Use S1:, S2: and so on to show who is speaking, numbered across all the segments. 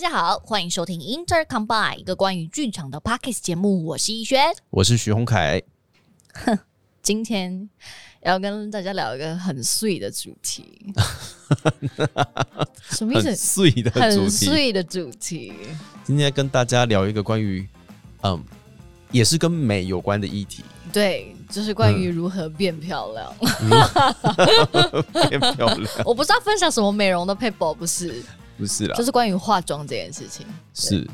S1: 家好，欢迎收听 Inter Combine 一个关于剧场的 Pockets 节目，我是逸轩。
S2: 我是徐宏凯。
S1: 今天要跟大家聊一个很碎的主题， 什么意
S2: 很
S1: 思？
S2: 碎的主
S1: 很
S2: 题，
S1: 碎的主题，
S2: 今天跟大家聊一个关于，嗯，也是跟美有关的 议题。
S1: 对，就是关于如何变漂亮。
S2: 变漂亮
S1: 我不是要分享什么美容的 paper，不 是，
S2: 不是啦
S1: 就，是关于化妆这件事情。
S2: 是。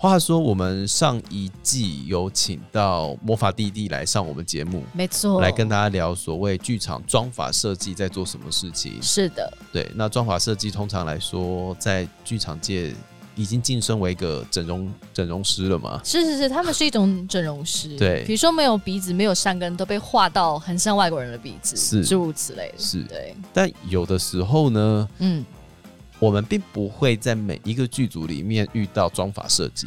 S2: 话说，我们上一季有请到魔法弟弟来上我们节目，
S1: 没错，
S2: 来跟大家聊所谓剧场妆法设计在做什么事情。
S1: 是的，
S2: 对，那妆法设计通常来说，在剧场界已经晋升为一个整容整容师了嘛？
S1: 是是是，他们是一种整容师，
S2: 对
S1: 比如说没有鼻子、没有山根，都被画到很像外国人的鼻子，
S2: 是
S1: 诸如此类的，
S2: 是
S1: 对，
S2: 但有的时候呢，
S1: 嗯，
S2: 我们并不会在每一个剧组里面遇到妆法设计，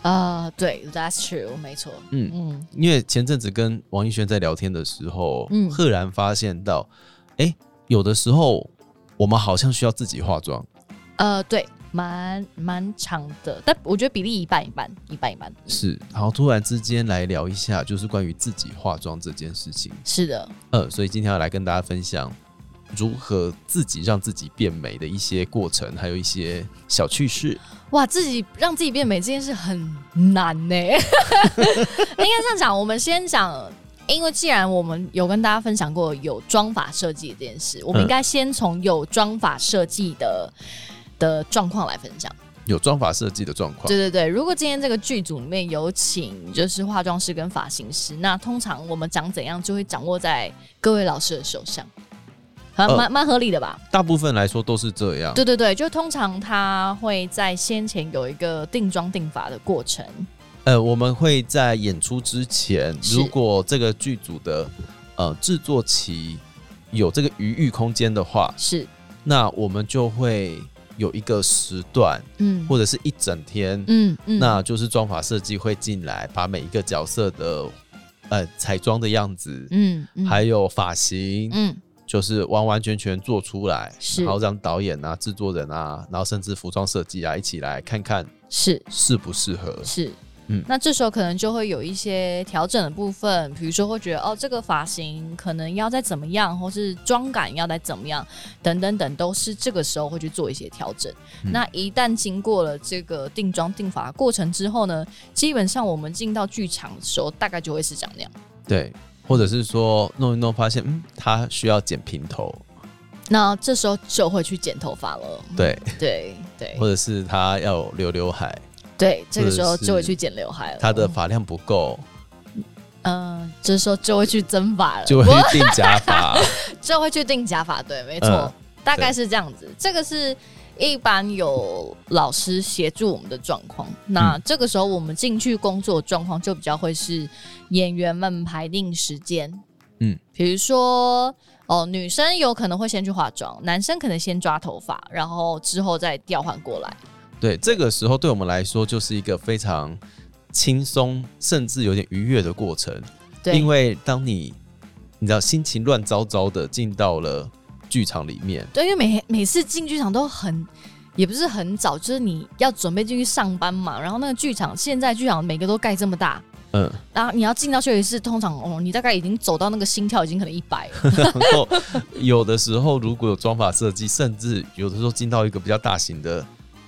S1: 啊、对，That's true，没错，
S2: 嗯
S1: 嗯，
S2: 因为前阵子跟王一轩在聊天的时候，
S1: 嗯
S2: 赫然发现到，哎、有的时候我们好像需要自己化妆，
S1: 呃，对，蛮蛮长的，但我觉得比例一半一半，一半一半，
S2: 是，然后突然之间来聊一下，就是关于自己化妆这件事情，
S1: 是的，
S2: 呃，所以今天要来跟大家分享。如何自己让自己变美的一些过程，还有一些小趣事。
S1: 哇，自己让自己变美这件事很难呢、 应该这样讲，我们先讲。因为既然我们有跟大家分享过有妆法设计这件事，我们
S2: 嗯
S1: 应该先从有妆法设计的的状况来分享。
S2: 有妆法设计的状况
S1: 对，对对，如果今天这个剧组里面有请就是化妆师跟发型师，那通常我们讲怎样就会掌握在各位老师的手上，好像
S2: 呃
S1: 蛮蛮合理的吧？
S2: 大部分来说都是这样。
S1: 对对对，就通常他会在先前有一个定妆定法的过程，
S2: 呃，我们会在演出之前，
S1: 是
S2: 如果这个剧组的呃制作期有这个余裕空间的话，
S1: 是，
S2: 那我们就会有一个时段
S1: 嗯
S2: 或者是一整天，
S1: 嗯嗯，
S2: 那就是妆法设计会进来，把每一个角色的呃彩妆的样子，
S1: 嗯嗯
S2: 还有发型，
S1: 嗯
S2: 就是完完全全做出来，
S1: 是
S2: 然后让导演啊、制作人啊，然后甚至服装设计啊一起来看看
S1: 是
S2: 适不适合。
S1: 是。
S2: 嗯
S1: 那这时候可能就会有一些调整的部分，比如说会觉得哦，这个发型可能要再怎么样，或是妆感要再怎么样，等等等，都是这个时候会去做一些调整。
S2: 嗯
S1: 那一旦经过了这个定妆定法的过程之后呢，基本上我们进到剧场的时候，大概就会是长那样。
S2: 对，或者是说弄一弄发现，嗯，他需要剪平头，
S1: 那这时候就会去剪头发 了。
S2: 对，
S1: 对嗯对
S2: 或者是他要留刘海，
S1: 对，这个时候
S2: 或者是
S1: 就会去剪刘海了。
S2: 他的发量不 够，
S1: 嗯、这时候就会去增发了，
S2: 就会定假发。
S1: 就会去定假发，对，没错，
S2: 嗯
S1: 大概是这样子。这个是一般有老师协助我们的状况。
S2: 嗯
S1: 那这个时候我们进去工作的状况就比较会是演员们排定时间，
S2: 嗯，
S1: 比如说哦，女生有可能会先去化妆，男生可能先抓头发，然后之后再调换过来。
S2: 对，这个时候对我们来说就是一个非常轻松，甚至有点愉悦的过程，
S1: 对
S2: 因，为当你你知道心情乱糟糟的进到了剧场里面，
S1: 对，因为每每次进剧场都很，也不是很早，就是你要准备进去上班嘛。然后那个剧场，现在剧场每个都盖这么大，
S2: 嗯，
S1: 然后你要进到休息室，通常哦，你大概已经走到那个心跳已经可能一 百了。
S2: 然后有的时候如果有妆法设计，甚至有的时候进到一个比较大型的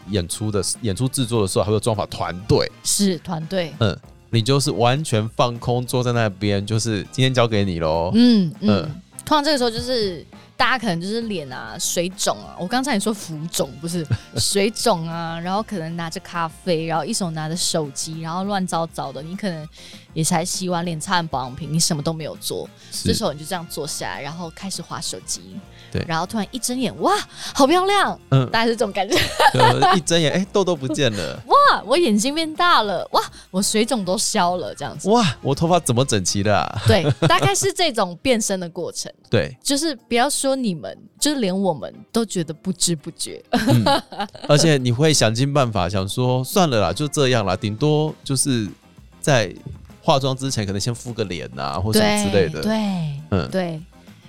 S2: 演出的演出制作的时候，还会有妆法团队，
S1: 是团队，
S2: 嗯，你就是完全放空坐在那边，就是今天交给你喽。
S1: 嗯嗯，
S2: 嗯
S1: 通常这个时候就是大家可能就是脸啊水肿啊，我刚才你说浮肿不 是水肿啊，然后可能拿着咖啡，然后一手拿着手机，然后乱糟糟的，你可能也才洗完脸、擦完保养品，你什么都没有做，这时候你就这样坐下来，然后开始划手机，
S2: 对
S1: 然后突然一睁眼，哇，好漂亮，
S2: 嗯，
S1: 大概是这种感觉。
S2: 就一 睁眼，哎、痘痘不见了，
S1: 哇，我眼睛变大了，哇，我水肿都消了，这样子。
S2: 哇，我头发怎么整齐 了、啊？
S1: 对，大概是这种变身的过程，
S2: 对，
S1: 就是不要说你们，就是连我们都觉得不知不觉。
S2: 而且你会想尽办法，想说算了啦，就这样啦，顶多就是在化妆之前，可能先敷个脸啊，或什么之类的。
S1: 对，
S2: 嗯
S1: 对。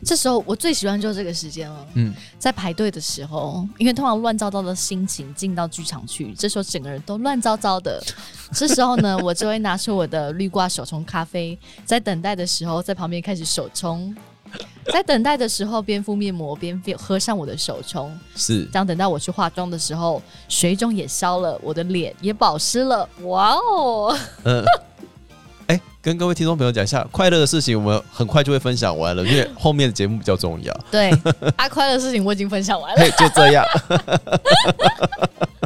S1: 这时候我最喜欢就是这个时间了，
S2: 嗯，
S1: 在排队的时候，因为通常乱糟糟的心情进到剧场去，这时候整个人都乱糟糟 的。这时候呢，我就会拿出我的绿挂手冲咖啡，在等待的时候，在旁边开始手冲。在等待的时候，边敷面膜边边喝上我的手冲。
S2: 是
S1: 当等到我去化妆的时候，水肿也消了，我的脸也保湿了。哇哦！
S2: 嗯，哎、跟各位听众朋友讲一下，快乐的事情我们很快就会分享完了，因为后面的节目比较重要。
S1: 对，啊阿宽的事情我已经分享完了。
S2: 嘿，就这样，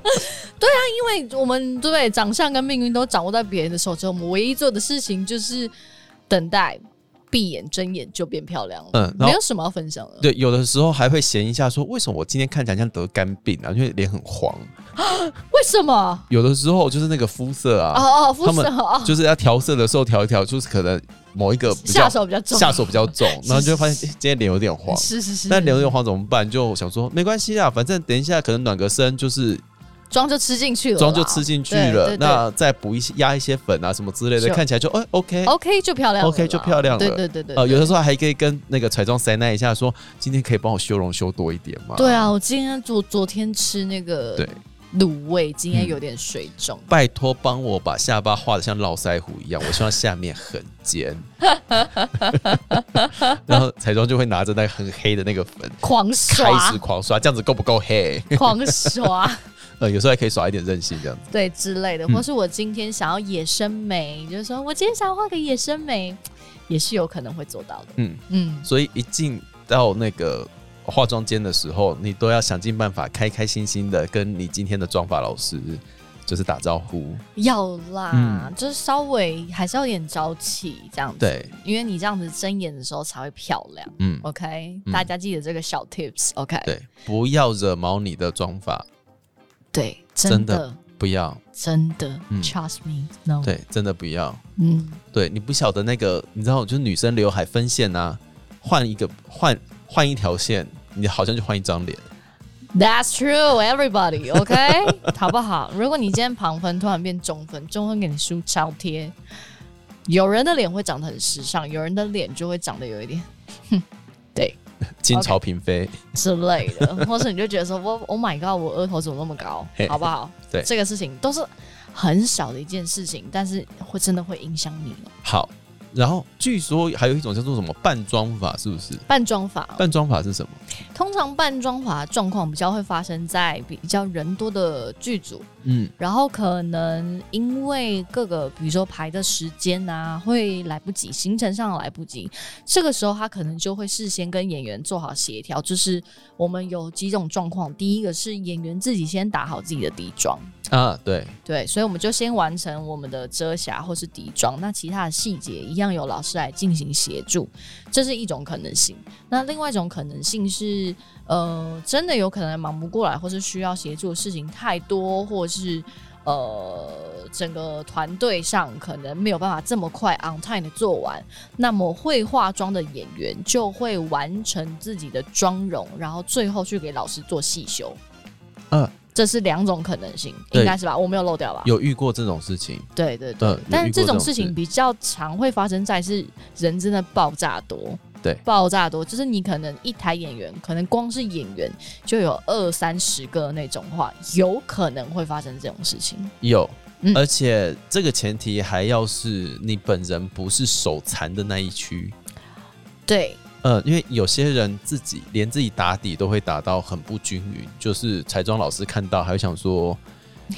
S1: 因为我们对不对，长相跟命运都掌握在别人的手中，我们唯一做的事情就是等待，闭眼睁眼就变漂亮了，
S2: 嗯然后
S1: 没有什么要分享了。
S2: 对，有的时候还会嫌一下说，为什么我今天看起来像得肝病啊？因为脸很黄。
S1: 为什么？
S2: 有的时候就是那个肤色啊，
S1: 哦哦，肤
S2: 他
S1: 色
S2: 们
S1: 哦，
S2: 就是要调色的时候调一调，就是可能某一个比较
S1: 下手比较重，
S2: 下手比较 重，然后就会发现诶今天脸有点黄。
S1: 是是是，
S2: 但脸有点黄怎么办？就想说没关系啊，反正等一下可能暖个身，就是
S1: 妆就吃进去了啦，
S2: 妆就吃进去了，
S1: 对对对
S2: 那再补一些压一些粉啊什么之类的，
S1: 就
S2: 看起来就哎、OK。
S1: OK 就漂亮了啦
S2: OK 就漂亮了
S1: 对对对哦对，
S2: 呃，有的时
S1: 候。
S2: 候还可以跟那个彩妆塞奈一下说今天可以帮我修容修多一点吗？
S1: 对，啊，我今天昨昨天吃那个
S2: 对
S1: 卤味，今天
S2: 嗯
S1: 有点水肿。
S2: 拜托帮我把下巴画的像络腮胡一样，我希望下面很尖。 然后彩妆就会拿着那个很黑的那个粉
S1: 狂
S2: 开
S1: 刷
S2: 始，狂刷，这样子够不够黑？
S1: 狂刷，
S2: 呃，有时候还可以耍一点任性这样子。
S1: 对之类的，
S2: 嗯
S1: 或是我今天想要野生眉，就是说我今天想要画个野生眉，也是有可能会做到的。
S2: 嗯，
S1: 嗯，
S2: 所以一进到那个化妆间的时候，你都要想尽办法开开心心的跟你今天的妆发老师就是打招呼。
S1: 要啦，
S2: 嗯
S1: 就是稍微还是要有点朝气这样子，，
S2: 对，
S1: 因为你这样子睁眼的时候才会漂亮。
S2: 嗯，
S1: OK，、
S2: 嗯
S1: 大家记得这个小 tips，OK，、
S2: 对，不要惹毛你的妆发，
S1: 对，真
S2: 真的
S1: 的
S2: 不要，
S1: 真的、
S2: 嗯
S1: t r u s t me，no，，
S2: 对，真的不要。
S1: 嗯，
S2: 对你不晓得那个，你知道，就是女生刘海分线啊，换一个换换一条线，你好像就换一张脸。
S1: That's true, everybody. OK，好 不好？如果你今天旁分突然变中分，中分给你梳超贴，有人的脸会长得很时尚，有人的脸就会长得有一点
S2: 金朝嫔妃
S1: 之类的，或是你就觉得说，我 Oh my God，我额头怎么那么高？
S2: 嘿
S1: 好不好？
S2: 对
S1: 这个事情都是很小的一件事情，但是会真的会影响你哦。
S2: 好，然后据说还有一种叫做什么半妆法，是不是？
S1: 半妆法哦，
S2: 半妆法是什么？
S1: 通常半妆法的状况比较会发生在比较人多的剧组，
S2: 嗯，
S1: 然后可能因为各个，比如说排的时间啊，会来不及，行程上来不及，这个时候他可能就会事先跟演员做好协调，就是我们有几种状况，第一个是演员自己先打好自己的底妆，
S2: 啊，对，
S1: 对，所以我们就先完成我们的遮瑕或是底妆，那其他的细节一样由老师来进行协助，这是一种可能性。那另外一种可能性是，呃，真的有可能忙不过来，或是需要协助的事情太多，或是呃，整个团队上可能没有办法这么快 on time 的做完，那么会化妆的演员就会完成自己的妆容，然后最后去给老师做细修。
S2: 嗯
S1: 这是两种可能性，
S2: 对
S1: 应该是吧？我没有漏掉吧？
S2: 有遇过这种事情，
S1: 对对对，
S2: 嗯，有
S1: 但
S2: 遇过
S1: 这种
S2: 种
S1: 事情
S2: 事，
S1: 比较常会发生在是人真的爆炸多，
S2: 对
S1: 爆炸多，就是你可能一台演员，可能光是演员就有二三十个那种话，有可能会发生这种事情。
S2: 有，
S1: 嗯
S2: 而且这个前提还要是你本人不是手残的那一区，
S1: 对，
S2: 呃，因为有些人自己连自己打底都会打到很不均匀，就是彩妆老师看到还会想说。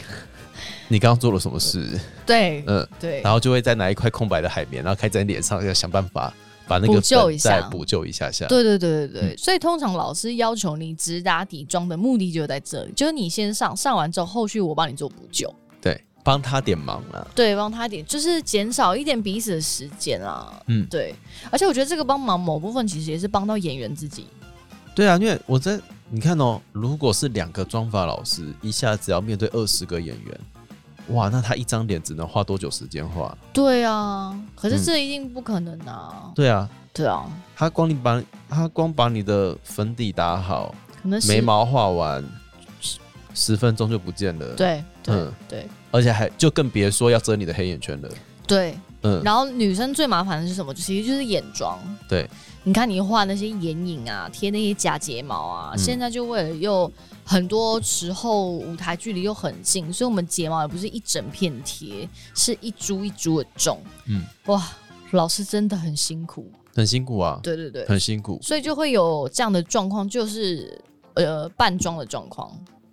S2: 你刚刚做了什么事？
S1: 对，
S2: 嗯、
S1: 对
S2: 然，后就会再拿一块空白的海绵，然后开在你脸上，要想办法把那个
S1: 补救
S2: 粉
S1: 一下
S2: 再补救一下下。
S1: 对对对对对，
S2: 嗯
S1: 所以通常老师要求你直打底妆的目的就在这里，就是你先上，上完之后，后续我帮你做补救，
S2: 对，帮他点忙啊。
S1: 对，帮他点，就是减少一点彼此的时间啊。
S2: 嗯
S1: 对，而且我觉得这个帮忙某部分其实也是帮到演员自己。
S2: 对啊，因为我在你看哦，如果是两个妆发老师一下子要面对二十个演员，哇，那他一张脸只能花多久时间画？
S1: 对啊，可是
S2: 嗯
S1: 这一定不可能啊。
S2: 对啊，
S1: 对啊，
S2: 他光你把他光把你的粉底打好，
S1: 可能是
S2: 眉毛画完，十十分钟就不见了。，
S1: 对对、
S2: 嗯
S1: 对
S2: 而且还就更别说要遮你的黑眼圈了。
S1: 对。
S2: 嗯，
S1: 然后女生最麻烦的是什么？就其实就是眼妆。
S2: 对，
S1: 你看你画那些眼影啊，贴那些假睫毛啊，
S2: 嗯
S1: 现在就为了又很多时候舞台距离又很近，所以我们睫毛也不是一整片贴，是一株一株的种。
S2: 嗯，
S1: 哇，老师真的很辛苦。
S2: 很辛苦啊，
S1: 对对对，
S2: 很辛苦。
S1: 所以就会有这样的状况，就是呃扮装的状况。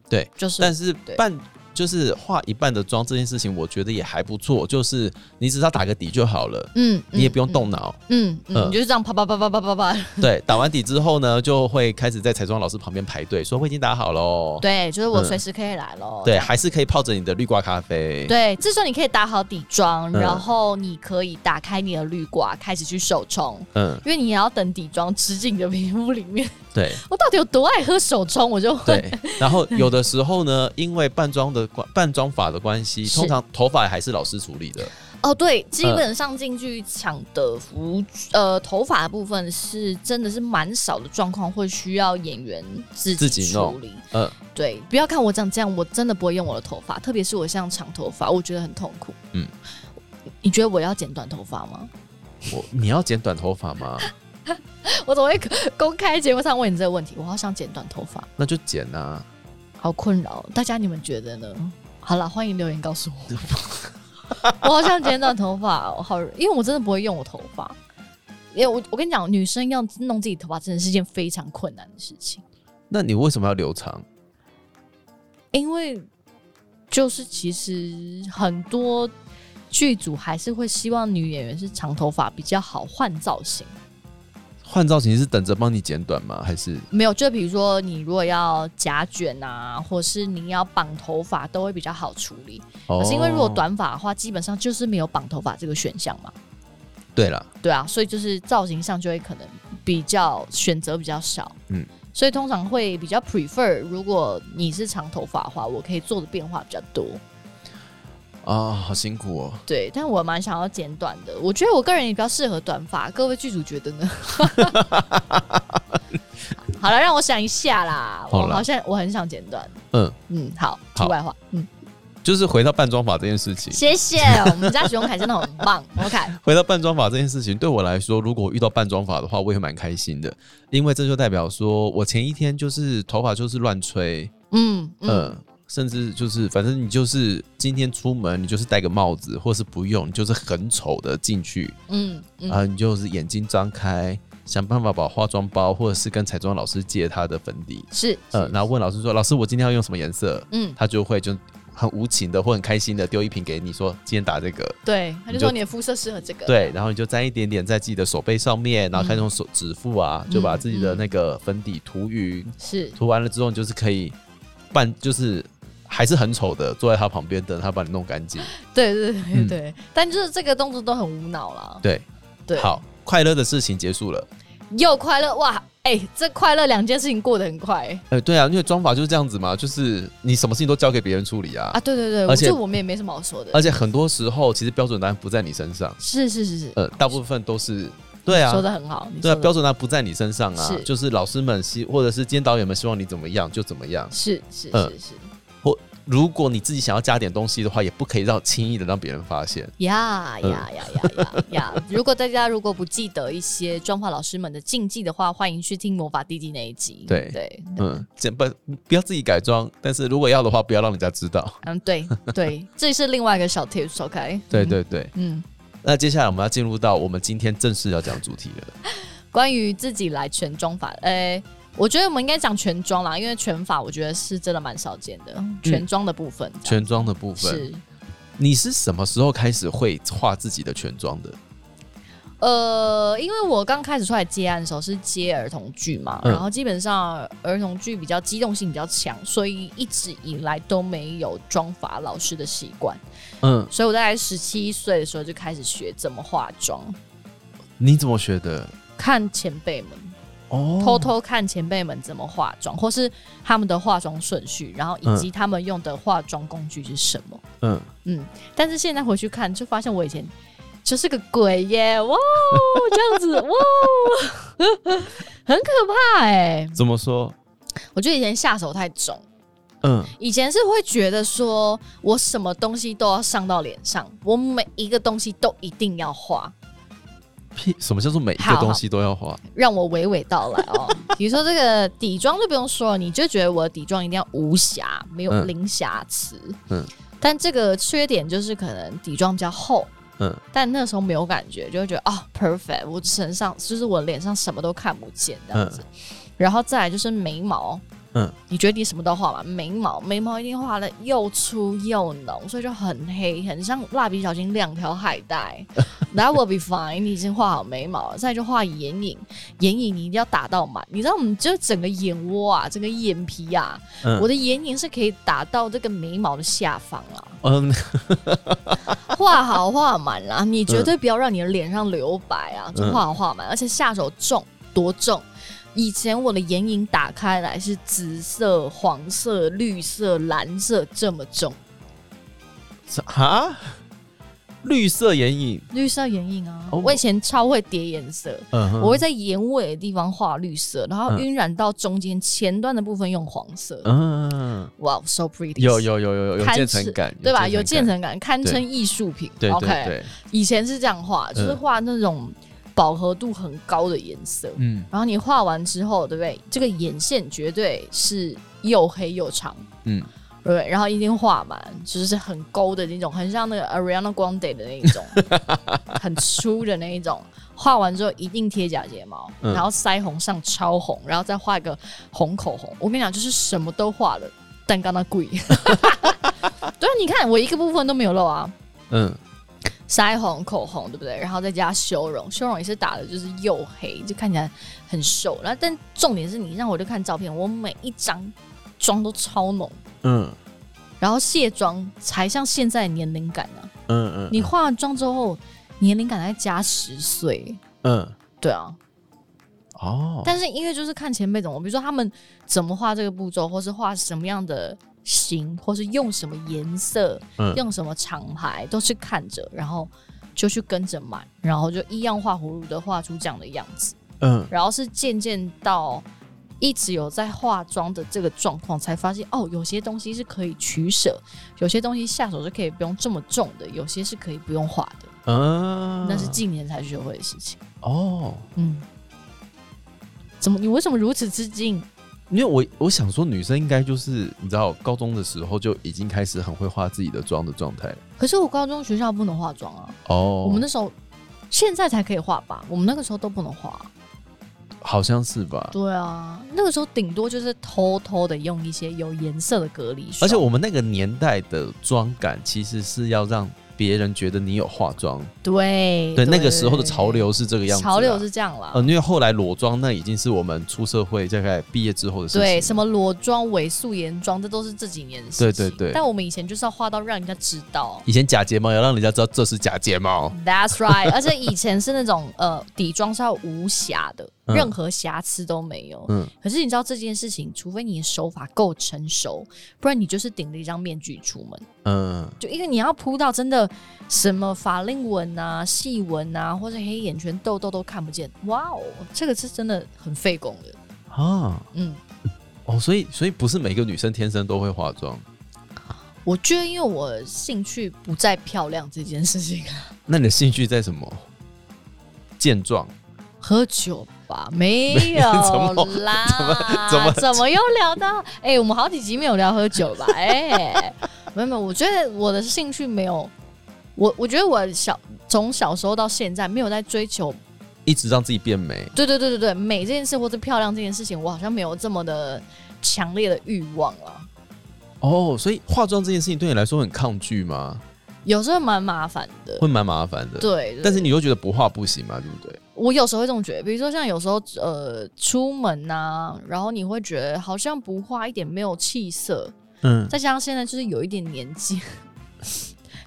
S2: 对，
S1: 就是
S2: 但是
S1: 对
S2: 半就是化一半的妆这件事情，我觉得也还不错，就是你只要打个底就好了。
S1: 嗯，
S2: 你也不用
S1: 嗯
S2: 动脑，
S1: 嗯嗯，
S2: 嗯哦
S1: 你就是这样啪啪啪啪啪啪啪，
S2: 对，打完底之后呢，就会开始在彩妆老师旁边排队，说我已经打好喽。
S1: 对，就是我
S2: 嗯
S1: 随时可以来喽。
S2: 对，
S1: 这样
S2: 还是可以泡着你的绿瓜咖啡。
S1: 对，这时候你可以打好底妆，
S2: 嗯
S1: 然后你可以打开你的滤挂，开始去手冲，
S2: 嗯，
S1: 因为你也要等底妆吃进你的皮肤里面。
S2: 对
S1: 我到底有多爱喝手冲，我就会
S2: 对。然后有的时候呢，因为扮妆的关扮妆法的关系，
S1: 嗯是
S2: 通常头发还是老师处理的。
S1: 哦，对，基本上进剧场的服、呃头发的部分是真的是蛮少的状况，会需要演员自
S2: 自
S1: 己
S2: 己
S1: 处
S2: 弄
S1: 理。
S2: 嗯
S1: 对，不要看我长这样，我真的不会用我的头发，特别是我像长头发，我觉得很痛苦。嗯
S2: 嗯，
S1: 你觉得我要剪短头发吗？
S2: 我你要剪短头发吗？
S1: 我怎么会公开节目上问你这个问题？我好想剪短头发，
S2: 那就剪啊。
S1: 好困扰。大家你们觉得呢？好了，欢迎留言告诉我。我好想剪短头发哦，好，因为我真的不会用我头发。因为我我跟你讲，女生要弄自己头发真的是件非常困难的事情，
S2: 那你为什么要留长？
S1: 因为就是其实很多剧组还是会希望女演员是长头发比较好换造型。
S2: 换造型是等着帮你剪短吗？还是
S1: 没有，就比如说你如果要夹卷啊，或是你要绑头发，都会比较好处理。
S2: 哦
S1: 可是因为如果短发的话，基本上就是没有绑头发这个选项嘛。
S2: 对啦，
S1: 对啊，所以就是造型上就会可能比较选择比较少，嗯
S2: 嗯，
S1: 所以通常会比较 prefer，如果你是长头发的话，我可以做的变化比较多，
S2: 啊、好辛苦哦。
S1: 对，但我蛮想要剪短的，我觉得我个人也比较适合短发，各位剧组觉得 呢？好了，让我想一下啦，我
S2: 好啦
S1: 好像我很想剪短，
S2: 嗯，
S1: 嗯，好，题
S2: 好嗯
S1: 外话，嗯，
S2: 就是回到扮妆法这件事情。
S1: 谢谢，我们家许荣凯真的很棒，OK，
S2: 回到扮妆法这件事情，对我来说，如果我遇到扮妆法的话，我也蛮开心的，因为这就代表说我前一天就是头发就是乱吹，
S1: 嗯嗯。
S2: 嗯、甚至就是反正你就是今天出门你就是戴个帽子，或是不用，你就是很丑的进去，
S1: 嗯嗯
S2: 啊、你就是眼睛张开，想办法把化妆包或者是跟彩妆老师借他的粉底，
S1: 是，
S2: 嗯，然后问老师说，老师我今天要用什么颜色，
S1: 嗯，
S2: 他就会就很无情的或很开心的丢一瓶给你说，今天打这个。
S1: 对，他就
S2: 你
S1: 说
S2: 就
S1: 你的肤色适合这个，
S2: 对，然后你就沾一点点在自己的手背上面，然后开始用手指腹啊，就把
S1: 嗯
S2: 自己的那个粉底涂匀，
S1: 是，
S2: 涂完了之后，你就是可以扮，就是还是很丑的，坐在他旁边等他把你弄干净。
S1: 对对对对
S2: 嗯
S1: 对，但就是这个动作都很无脑啦。
S2: 对，
S1: 对，，
S2: 好，快乐的事情结束了。
S1: 又快乐哇！哎、这快乐两件事情过得很快、
S2: 呃，对啊，因为妆法就是这样子嘛，就是你什么事情都交给别人处理啊，
S1: 啊！对对对，我
S2: 而且呃
S1: 觉得我们也没什么好说的
S2: 而，且很多时候其实标准答案不在你身上，
S1: 是是是是，
S2: 呃，大部分都是对啊
S1: 说。的很好，你
S2: 对啊，
S1: 说得
S2: 标准答案不在你身上啊
S1: 是，
S2: 就是老师们希，或者是今天导演们希望你怎么样就怎么样。
S1: 是是
S2: 嗯
S1: 是是
S2: 如果你自己想要加点东西的话，也不可以让轻易的让别人发现。
S1: 呀
S2: 嗯
S1: 呀呀呀呀呀！如果大家如果不记得一些妆发老师们的禁忌的话，欢迎去听魔法弟弟那一集。
S2: 对
S1: 对，
S2: 嗯，这不不要自己改装，但是如果要的话，不要让人家知道。
S1: 嗯对对，这是另外一个小 tips，OK？、
S2: 对，对对，
S1: 嗯。
S2: 那接下来我们要进入到我们今天正式要讲主题了。
S1: 关于自己来全妆法，呃、我觉得我们应该讲全妆啦，因为全法我觉得是真的蛮少见的，全妆的部分这样，
S2: 全妆的部分，
S1: 是
S2: 你是什么时候开始会画自己的全妆的？
S1: 呃，因为我刚开始出来接案的时候是接儿童剧嘛，
S2: 嗯
S1: 然后基本上儿童剧比较机动性比较强，所以一直以来都没有妆法老师的习惯，
S2: 嗯，
S1: 所以我大概十七岁的时候就开始学怎么化妆，
S2: 你怎么学的？
S1: 看前辈们。
S2: 哦
S1: 偷偷看前辈们怎么化妆，或是他们的化妆顺序，然后以及他们用的化妆工具是什么。
S2: 嗯，
S1: 嗯，但是现在回去看，就发现我以前就是个鬼耶！哇哦，这样 子哇哦，很可怕哎！
S2: 怎么说？
S1: 我觉得以前下手太重，
S2: 嗯
S1: 以前是会觉得说我什么东西都要上到脸上，我每一个东西都一定要画。
S2: 屁，什么叫做每一个
S1: 好
S2: 东西都要花？
S1: 让我娓娓道来哦。比如说这个底妆就不用说了，你就觉得我的底妆一定要无瑕，没有
S2: 嗯
S1: 零瑕疵。
S2: 嗯
S1: 但这个缺点就是可能底妆比较厚，
S2: 嗯，
S1: 但那时候没有感觉，就会觉得啊、p e r f e c t 我身上就是我脸上什么都看不见这样子。然后再来就是眉毛，
S2: 嗯，
S1: 你觉得你什么都画嘛？眉毛，眉毛一定画的又粗又浓，所以就很黑，很像蜡笔小新两条海 带。That will be fine，你已经画好眉毛了，再来就画眼影，眼影你一定要打到满。你知道，我们就整个眼窝啊，整个眼皮啊，
S2: 嗯
S1: 我的眼影是可以打到这个眉毛的下方啊。
S2: 嗯，
S1: 画好画满啦，你绝对不要让你的脸上留白啊，
S2: 嗯
S1: 就画好画满，而且下手重多重。以前我的眼影打开来是紫色、黄色、绿色、蓝色这么重，
S2: 是哈，绿色眼影，
S1: 绿色眼影啊，
S2: 哦
S1: 我以前超会叠颜色，
S2: 嗯哼，
S1: 我会在眼尾的地方画绿色，然后
S2: 嗯
S1: 晕染到中间前端的部分用黄色。
S2: 嗯，
S1: 哇、s o pretty！
S2: 有有有有有有
S1: 堪
S2: 渐
S1: 称
S2: 层感，
S1: 对吧？有
S2: 渐
S1: 渐
S2: 层
S1: 层感，堪称艺术品。
S2: 感，对
S1: o
S2: 对
S1: k
S2: 对，
S1: 以前是这样画，就是画那种饱和度很高的颜色。
S2: 嗯
S1: 然后你画完之后，对不对？这个眼线绝对是又黑又长，
S2: 嗯，
S1: 对不对？然后一定画满，就是很勾的那种，很像那个 Ariana Grande 的那一种，很粗的那一种。画完之后一定贴假睫毛，
S2: 嗯
S1: 然后腮红上超红，然后再画一个红口红。我跟你讲，就是什么都画了，但刚刚贵。对 啊，你看我一个部分都没有漏啊。
S2: 嗯
S1: 腮红、口红，对不对？然后再加修容，修容也是打的就是黝黑，就看起来很瘦。然后但重点是你让我就看照片，我每一张妆都超浓，
S2: 嗯
S1: 然后卸妆才像现在的年龄感呢、啊。
S2: 嗯嗯，
S1: 你化完妆之后，年龄感再加十岁，
S2: 嗯
S1: 对啊。
S2: 哦，
S1: 但是因为就是看前辈怎么，比如说他们怎么画这个步骤，或是画什么样的型，或是用什么颜色，
S2: 嗯
S1: 用什么厂牌都是看着，然后就去跟着买，然后就一样画葫芦的画出这样的样子，
S2: 嗯
S1: 然后是渐渐到一直有在化妆的这个状况，才发现哦，有些东西是可以取舍，有些东西下手是可以不用这么重的，有些是可以不用画的，
S2: 嗯，
S1: 那是近年才学会的事情。
S2: 哦，
S1: 嗯，怎么你为什么如此吃惊？
S2: 因为我我想说，女生应该就是你知道，高中的时候就已经开始很会化自己的妆的状态了
S1: 可是我高中学校不能化妆啊，
S2: 哦。
S1: 我们那时候现在才可以化吧，我们那个时候都不能化啊、
S2: 好像是吧，
S1: 对啊，那个时候顶多就是偷偷的用一些有颜色的隔离霜，
S2: 而且我们那个年代的妆感其实是要让别人觉得你有化妆，
S1: 对
S2: 对，那个时候的潮流是这个样子啊。
S1: 潮流是这样啦。
S2: 呃，因为后来裸妆那已经是我们出社会大概毕业之后的事情。
S1: 对，什？么裸妆、伪素颜妆，这都是这几年的事情。
S2: 对对对
S1: 但我们以前就是要画到让人家知道
S2: 以前假睫毛要让人家知道这是假睫毛。
S1: ，That's right。而且以前是那种呃底妆是要无瑕的，
S2: 嗯
S1: 任何瑕疵都没有。
S2: 嗯
S1: 可是你知道这件事情，除非你的手法够成熟，不然你就是顶着一张面具出门。
S2: 嗯
S1: 就因为你要扑到真的什么法令纹啊、细纹啊，或者黑眼圈、痘痘都看不见。哇哦，这个是真的很费工的。
S2: 啊
S1: 嗯，
S2: 哦，所以所以不是每个女生天生都会化妆。
S1: 我觉得因为我兴趣不在漂亮这件事情，
S2: 那你的兴趣在什么？健壮。
S1: 喝酒吧， 没有
S2: 怎
S1: 啦，
S2: 怎么
S1: 怎么又聊到？哎、我们好几集没有聊喝酒吧？ 哎、没有没有，我觉得我的兴趣没有，我我觉得我小从小时候到现在没有在追求
S2: 一直让自己变美。
S1: 对对对对对，美这件事或者漂亮这件事情，我好像没有这么的强烈的欲望了。
S2: 哦，所以化妆这件事情对你来说很抗拒吗？
S1: 有时候蛮麻烦的，
S2: 会蛮麻烦的。
S1: 对。对
S2: 但是你又觉得不化不行嘛，对不对？
S1: 我有时候会这么觉得，比如说像有时候呃出门呐、然后你会觉得好像不化一点没有气色，
S2: 嗯
S1: 再加上现在就是有一点年纪，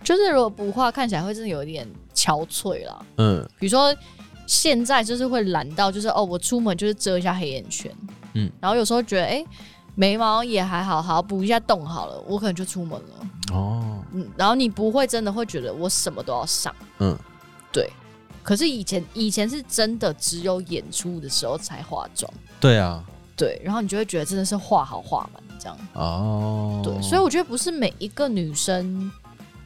S1: 就是如果不化看起来会真的有一点憔悴啦。
S2: 嗯
S1: 比如说现在就是会懒到，就是哦，我出门就是遮一下黑眼圈，
S2: 嗯
S1: 嗯，然后有时候觉得哎、诶眉毛也还好，好补一下洞好了，我可能就出门了，
S2: 哦
S1: 嗯，然后你不会真的会觉得我什么都要上，
S2: 嗯
S1: 对。可是以前以前是真的只有演出的时候才化妆，
S2: 对啊
S1: 对，然后你就会觉得真的是画好画满这样，
S2: 哦
S1: 对，所以我觉得不是每一个女生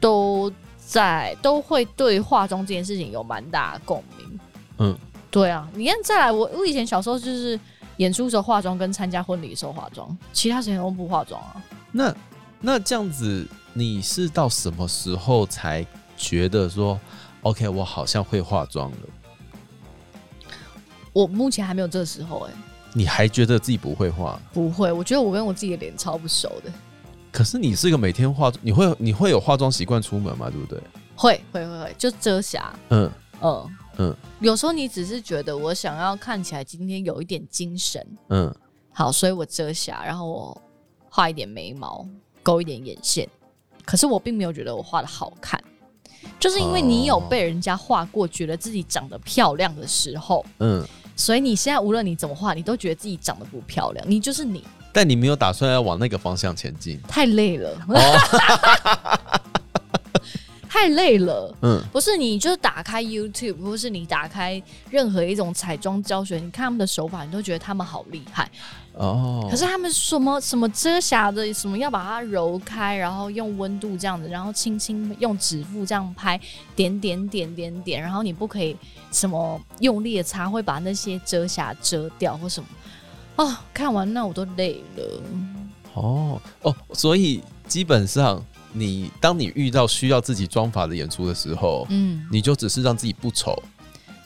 S1: 都在都会对化妆这件事情有蛮大的共鸣。
S2: 嗯，
S1: 对啊，你看再来，我我以前小时候就是演出的时候化妆，跟参加婚礼的时候化妆，其他时间都不化妆啊。
S2: 那那这样子，你是到什么时候才觉得说，OK，我好像会化妆了？
S1: 我目前还没有这个时候、哎，
S2: 你还觉得自己不会化？
S1: 不会，我觉得我跟我自己的脸超不熟的。
S2: 可是你是个每天化，你会你会有化妆习惯出门嘛？对不对？
S1: 会会会会，就遮瑕，
S2: 嗯，
S1: 嗯
S2: 嗯
S1: 有时候你只是觉得我想要看起来今天有一点精神，
S2: 嗯，
S1: 好，所以我遮瑕，然后我画一点眉毛，勾一点眼线。可是我并没有觉得我画的好看，就是因为你有
S2: 哦
S1: 被人家画过，觉得自己长得漂亮的时候，
S2: 嗯，
S1: 所以你现在无论你怎么画，你都觉得自己长得不漂亮，你就是你，
S2: 但你没有打算要往那个方向前 进。
S1: 太累了，
S2: 哦，
S1: 太累了。
S2: 嗯
S1: 不是，你就打开 YouTube，或是你打开任何一种彩妆教学，你看他们的手法，你都觉得他们好厉害。
S2: 哦，
S1: 可是他们什么什么遮瑕的，什么要把它揉开，然后用温度这样子，然后轻轻用指腹这样拍，点点点点点，然后你不可以什么用力的擦，会把那些遮瑕遮掉或什么。哦，看完那我都累了。
S2: 哦哦，所以基本上你当你遇到需要自己妆法的演出的时候，
S1: 嗯，
S2: 你就只是让自己不丑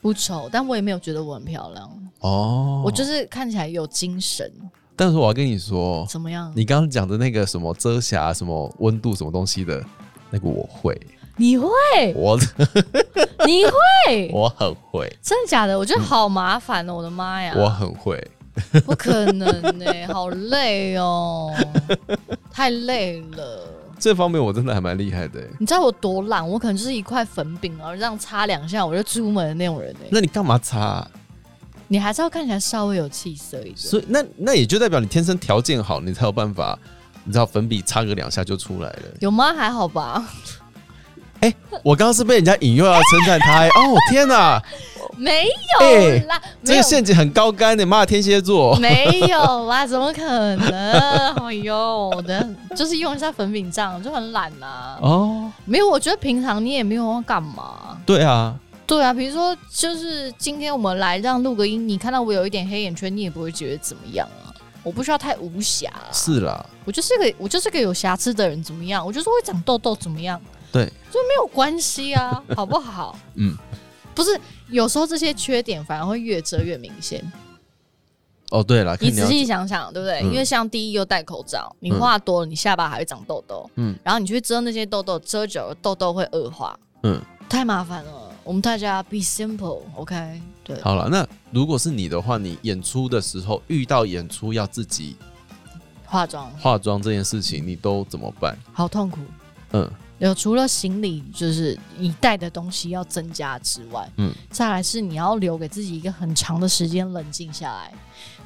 S1: 不丑，但我也没有觉得我很漂亮，
S2: 哦。
S1: 我就是看起来有精神，
S2: 但是我要跟你说，
S1: 怎么样？
S2: 哦你刚刚讲的那个什么遮瑕、什么温度、什么东西的，那个我会，
S1: 你会，
S2: 我，
S1: 你会
S2: 我很会，
S1: 真的假的？我觉得
S2: 嗯
S1: 好麻烦哦，我的妈呀！
S2: 我很会。
S1: 不可能呢、 好累 哦，太累了。
S2: 这方面我真的还蛮厉害的欸。
S1: 你知道我多懒，我可能就是一块粉饼，然后这样擦两下我就出门的那种人呢、
S2: 那你干嘛擦啊？
S1: 你还是要看起来稍微有气色一点。
S2: 所以那那也就代表你天生条件好，你才有办法，你知道粉笔擦个两下就出来了。
S1: 有吗？还好吧，
S2: 我刚刚是被人家引诱要称赞 他欸、哦天哪，
S1: 没有啦，
S2: 哦哎
S1: 没
S2: 这个
S1: 有，
S2: 陷阱很高干的，妈的天蝎座。
S1: 没有啦，怎么可 能？哎呦，我的就是用一下粉饼这样就很懒啦、
S2: 哦，
S1: 没有，我觉得平常你也没有要干嘛。
S2: 对啊，
S1: 对啊，比如说，就是今天我们来让录个音，你看到我有一点黑眼圈，你也不会觉得怎么样啊。我不需要太无瑕、啊，
S2: 是啦，
S1: 我就是个我就是个有瑕疵的人，怎么样？我就是会长痘痘，怎么样？
S2: 对，
S1: 就没有关系啊，好不好？
S2: 嗯，
S1: 不是，有时候这些缺点反而会越遮越明 显。
S2: 哦对啦，
S1: 你
S2: 看
S1: 仔
S2: 要
S1: 细想想，对不对？
S2: 嗯
S1: 因为像第一又戴口罩，你话多了，你下巴还会长痘痘，
S2: 嗯
S1: 然后你去遮那些痘痘，遮久了痘痘会恶化，
S2: 嗯，
S1: 太麻烦了。我们大家 be simple，OK？、对，
S2: 好了，那如果是你的话，你演出的时候遇到演出要自己
S1: 化妆
S2: 化妆这件事情，你都怎么办？
S1: 好痛苦。
S2: 嗯，
S1: 有除了行李，就是你带的东西要增加之外，嗯
S2: 嗯，
S1: 再来是你要留给自己一个很长的时间冷静下来。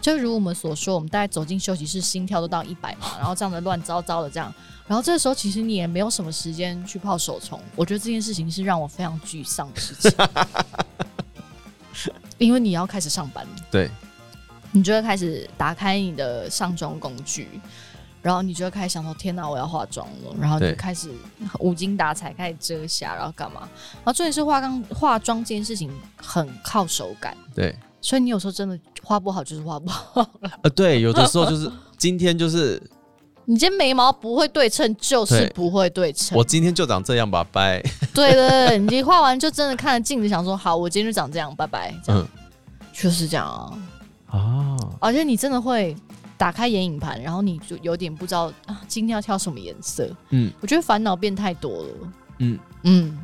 S1: 就如我们所说，我们大概走进休息室，心跳都到一百嘛，然后这样的乱糟糟的这样，然后这时候其实你也没有什么时间去泡手冲。我觉得这件事情是让我非常沮丧的事情，因为你要开始上班了。
S2: 对，
S1: 你就会开始打开你的上妆工具，然后你就会开始想说：天哪，我要化妆了！然后你就
S2: 对
S1: 开始无精打采，开始遮瑕，然后干嘛？然后重点是化妆化妆这件事情很靠手感，
S2: 对，
S1: 所以你有时候真的画不好就是画不好。
S2: 呃，对，有的时候就是 今天就是
S1: 你今天眉毛不会对称，就是
S2: 对
S1: 不会对称。
S2: 我今天就长这样吧，拜。
S1: 对对对，你画完就真的看着镜子想说：好，我今天就长这样，拜拜。这样、
S2: 嗯
S1: 就是这样啊。
S2: 啊，
S1: 而且你真的会打开眼影盘，然后你就有点不知道啊，今天要挑什么颜色。
S2: 嗯
S1: 我觉得烦恼变太多了。
S2: 嗯，
S1: 嗯，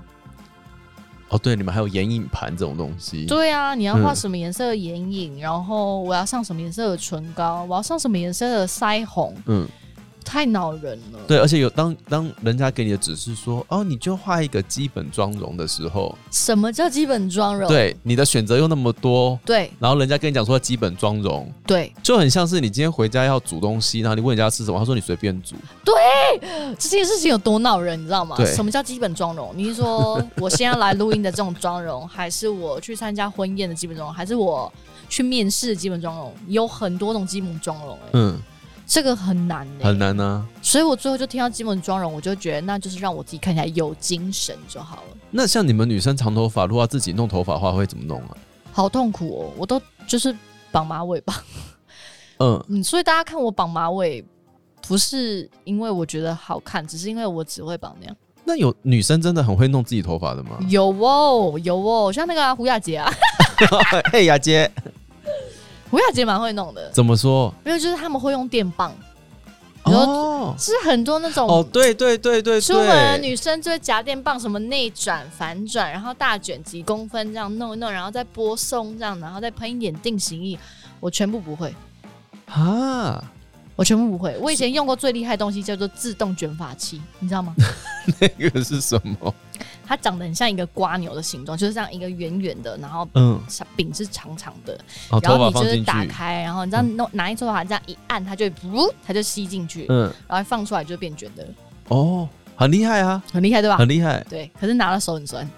S2: 哦，对，你们还有眼影盘这种东西，
S1: 对啊，你要画什么颜色的眼影，然后我要上什么颜色的唇膏，我要上什么颜色的腮红，
S2: 嗯，
S1: 太恼人了。
S2: 对，而且有当当人家给你的指示说，哦，你就画一个基本妆容的时候，
S1: 什么叫基本妆容？
S2: 对，你的选择又那么多，
S1: 对
S2: 然后人家跟你讲说基本妆容，
S1: 对，
S2: 就很像是你今天回家要煮东西，然后你问人家吃什么，他说你随便煮，
S1: 这件事情有多恼人，你知道吗？
S2: 对
S1: 什么叫基本妆容？你是说我现在来录音的这种妆容，还是我去参加婚宴的基本妆容，还是我去面试的基本妆容？有很多种基本妆容、欸，
S2: 嗯，
S1: 这个很难、欸，
S2: 很难啊。
S1: 所以我最后就听到基本妆容，我就觉得那就是让我自己看起来有精神就好了。
S2: 那像你们女生长头发，如果要自己弄头发的话，会怎么弄啊？
S1: 好痛苦哦，我都就是绑马尾吧，
S2: 嗯，
S1: 嗯，所以大家看我绑马尾，不是因为我觉得好看，只是因为我只会绑那样。
S2: 那有女生真的很会弄自己头发的吗？
S1: 有哦，有哦，像那个、啊、胡雅 杰啊，
S2: 嘿，雅姐，
S1: 胡雅杰蛮会弄的，
S2: 怎么说？
S1: 没有，就是他们会用电棒，你说
S2: 哦
S1: 是很多那种
S2: 哦，对对对对
S1: 出门
S2: 对，
S1: 女生就会夹电棒，什么内转、反转，然后大卷几公分这样弄一弄，然后再拨松这样，然后再喷一点定型液。我全部不会，
S2: 啊，
S1: 我全部不会。我以前用过最厉害的东西叫做自动卷发器，你知 道吗？
S2: 那个是什么？
S1: 它长得很像一个瓜牛的形状，就是这样一个圆圆的，然后
S2: 嗯，
S1: 柄是长长的，
S2: 哦，
S1: 然
S2: 头
S1: 后你就
S2: 发放
S1: 是
S2: 进
S1: 打
S2: 去，
S1: 开，然后你这样弄拿一撮头发这样一按，它就噗，它就吸进去，
S2: 嗯，
S1: 然后放出来就变卷的，
S2: 哦，很厉害啊，
S1: 很厉害对吧？
S2: 很厉害
S1: 对，可是拿到手很酸，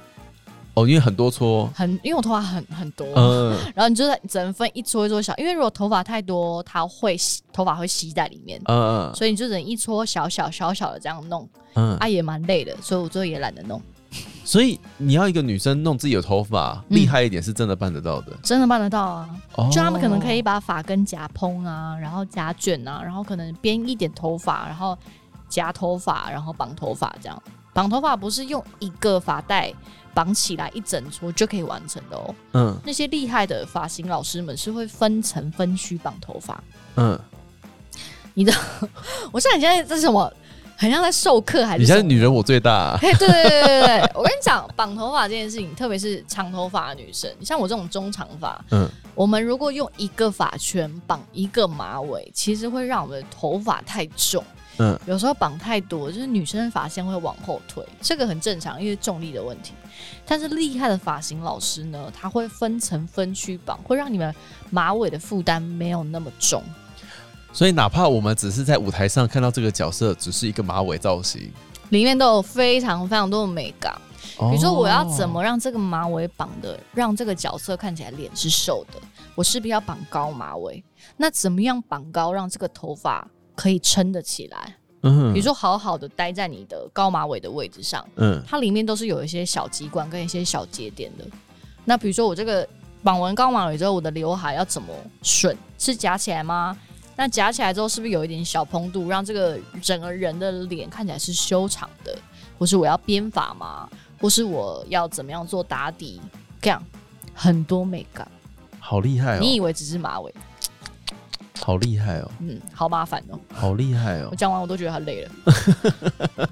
S2: 哦，因为很多撮，
S1: 很因为我头发很很多，
S2: 嗯，
S1: 然后你就是只能分一撮一撮小，因为如果头发太多，它会吸头发会吸在里面，
S2: 嗯
S1: 所以你就只能一撮小小小小的这样弄，
S2: 嗯，
S1: 啊也蛮累的，所以我最后也懒得弄，
S2: 所以你要一个女生弄自己的头发，
S1: 嗯
S2: 厉害一点是真的办得到的。
S1: 真的办得到啊！
S2: 哦
S1: 就他们可能可以把发根夹蓬啊，然后夹卷啊，然后可能编一点头发，然后夹头发，然后绑头发这样。绑头发不是用一个发带绑起来一整撮就可以完成的哦。
S2: 嗯
S1: 那些厉害的发型老师们是会分层分区绑头发，
S2: 嗯，
S1: 我像你现在这是什么，很像在授课还
S2: 你
S1: 是
S2: 现
S1: 什
S2: 在
S1: 么？
S2: 女人我最 大啊、
S1: 哎嘿，对对对对对，对我跟你讲，绑头发这件事情，特别是长头发的女生，像我这种中长发，
S2: 嗯
S1: 我们如果用一个发圈绑一个马尾，其实会让我们的头发太重。
S2: 嗯，
S1: 有时候绑太多，就是女生的发线会往后退，这个很正常，因为重力的问题。但是厉害的发型老师呢，他会分层分区绑，会让你们马尾的负担没有那么重。
S2: 所以哪怕我们只是在舞台上看到这个角色只是一个马尾造型，
S1: 里面都有非常非常多的美感，比如说我要怎
S2: 哦
S1: 么让这个马尾绑的，让这个角色看起来脸是瘦的，我势必要绑高马尾。那怎么样绑高，让这个头发可以撑得起来？
S2: 嗯
S1: 比如说好好的待在你的高马尾的位置上，
S2: 嗯
S1: 它里面都是有一些小机关跟一些小节点的。那比如说我这个绑完高马尾之后，我的刘海要怎么顺？是夹起来吗？那夹起来之后是不是有一点小蓬度，让这个整个人的脸看起来是修长的？或是我要编发吗？或是我要怎么样做打底？这样很多美感。
S2: 好厉害哦，
S1: 你以为只是马尾？
S2: 好厉害哦，
S1: 嗯，好麻烦哦。
S2: 好厉害哦
S1: 我，讲完我都觉得很累了。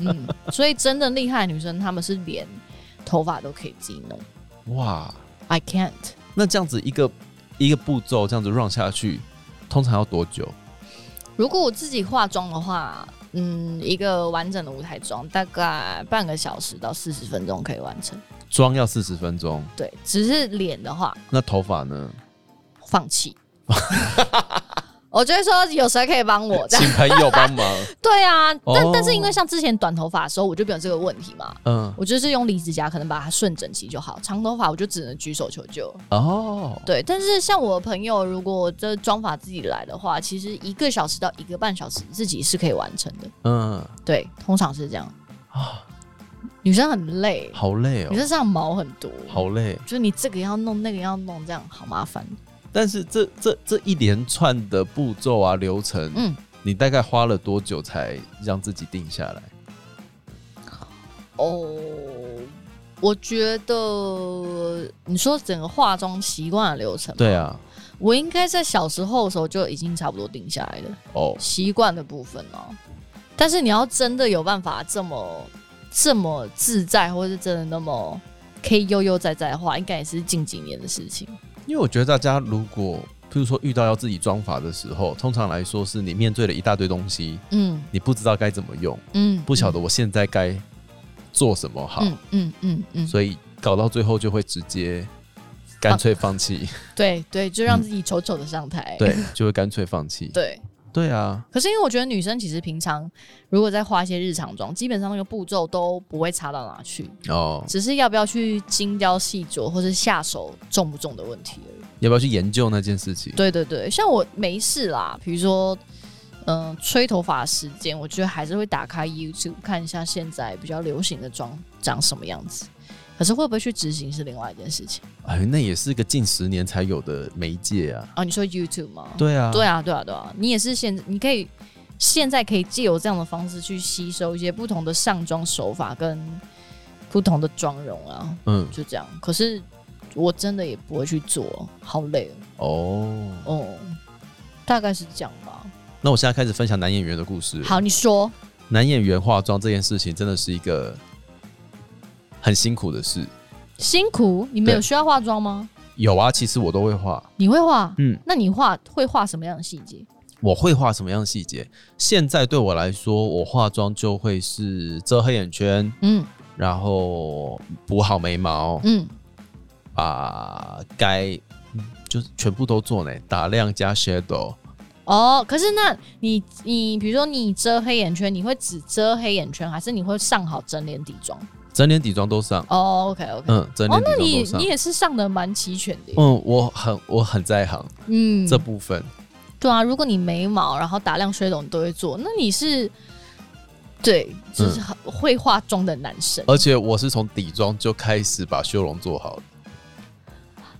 S1: 嗯，所以真的厉害的女生，她们是连头发都可以自己弄。
S2: 哇！
S1: I can't。
S2: 那这样子一个一个步骤这样子 run 下去，通常要多久？
S1: 如果我自己化妆的话，嗯，一个完整的舞台妆大概半个小时到四十分钟可以完成。
S2: 妆要四十分钟，
S1: 对，只是脸的话，
S2: 那头发呢？
S1: 放弃。我就会说，有谁可以帮我这
S2: 请
S1: 样？
S2: 朋友帮忙。
S1: 对啊，但、
S2: 哦
S1: 但是因为像之前短头发的时候，我就没有这个问题嘛。
S2: 嗯，
S1: 我就是用离子夹，可能把它顺整齐就好。长头发我就只能举手求救。
S2: 哦，
S1: 对，但是像我的朋友，如果这妆法自己来的话，其实一个小时到一个半小时自己是可以完成的。
S2: 嗯，
S1: 对，通常是这样。
S2: 啊
S1: 女生很累，
S2: 好累
S1: 女生
S2: 哦，
S1: 身上毛很多，
S2: 好累。
S1: 就是你这个要弄，那个要弄，这样好麻烦。
S2: 但是这这这一连串的步骤啊流程，
S1: 嗯
S2: 你大概花了多久才让自己定下来？
S1: 哦，我觉得你说整个化妆习惯的流程，
S2: 对，啊，
S1: 我应该在小时候的时候就已经差不多定下来了，
S2: 哦，
S1: 习惯的部分哦。但是你要真的有办法这么这么自在，或是真的那么可以悠悠哉哉的话，应该也是近几年的事情。
S2: 因为我觉得大家如果，譬如说遇到要自己装法的时候，通常来说是你面对了一大堆东西，
S1: 嗯
S2: 你不知道该怎么用，
S1: 嗯，
S2: 不晓
S1: 得
S2: 得我现在该做什么好，
S1: 嗯嗯嗯嗯，
S2: 所以搞到最后就会直接干脆放弃，
S1: 对对，就让
S2: 嗯
S1: 自己丑丑的上台。
S2: 对，就会干脆放弃。
S1: 对。
S2: 对啊，
S1: 可是因为我觉得女生其实平常如果再化一些日常妆，基本上那个步骤都不会差到哪去，
S2: 哦，
S1: 只是要不要去精雕细琢或是下手重不重的问题而已。
S2: 要不要去研究那件事情？
S1: 对对对，像我没事啦，比如说。嗯、吹头发的时间，我觉得还是会打开 YouTube 看一下现在比较流行的妆长什么样子，可是会不会去执行是另外一件事情
S2: 哎，那也是个近十年才有的媒介啊。
S1: 啊？你说 YouTube 吗？
S2: 对啊，
S1: 对啊，对啊，对啊，你也是现你可以现在可以借由这样的方式去吸收一些不同的上妆手法跟不同的妆容啊，
S2: 嗯，
S1: 就这样。可是我真的也不会去做，好累
S2: 哦，
S1: 哦。哦大概是这样吧。
S2: 那我现在开始分享男演员的故事。
S1: 好，你说，
S2: 男演员化妆这件事情真的是一个很辛苦的事。
S1: 辛苦，你们有
S2: 对
S1: 需要化妆吗？
S2: 有啊，其实我都会画，
S1: 你会画？
S2: 嗯，
S1: 那你画会画什么样的细节？
S2: 我会画什么样的细节？现在对我来说，我化妆就会是遮黑眼圈，
S1: 嗯
S2: 然后补好眉毛，
S1: 嗯，
S2: 把该嗯就是全部都做呢，打亮加 shadow。
S1: 哦，可是那你你比如说你遮黑眼圈，你会只遮黑眼圈，还是你会上好整脸底妆？
S2: 整脸底妆都上，
S1: 哦，OK OK，
S2: 嗯，整
S1: 哦
S2: 脸，
S1: 那
S2: 底
S1: 你
S2: 妆
S1: 你
S2: 都上。
S1: 也是上的蛮齐全的耶，
S2: 嗯，我很我很在行、
S1: 嗯，
S2: 这部分，
S1: 对啊，如果你眉毛然后打亮水肿你都会做，那你是对，
S2: 嗯
S1: 就是很会化妆的男生，
S2: 而且我是从底妆就开始把修容做好的。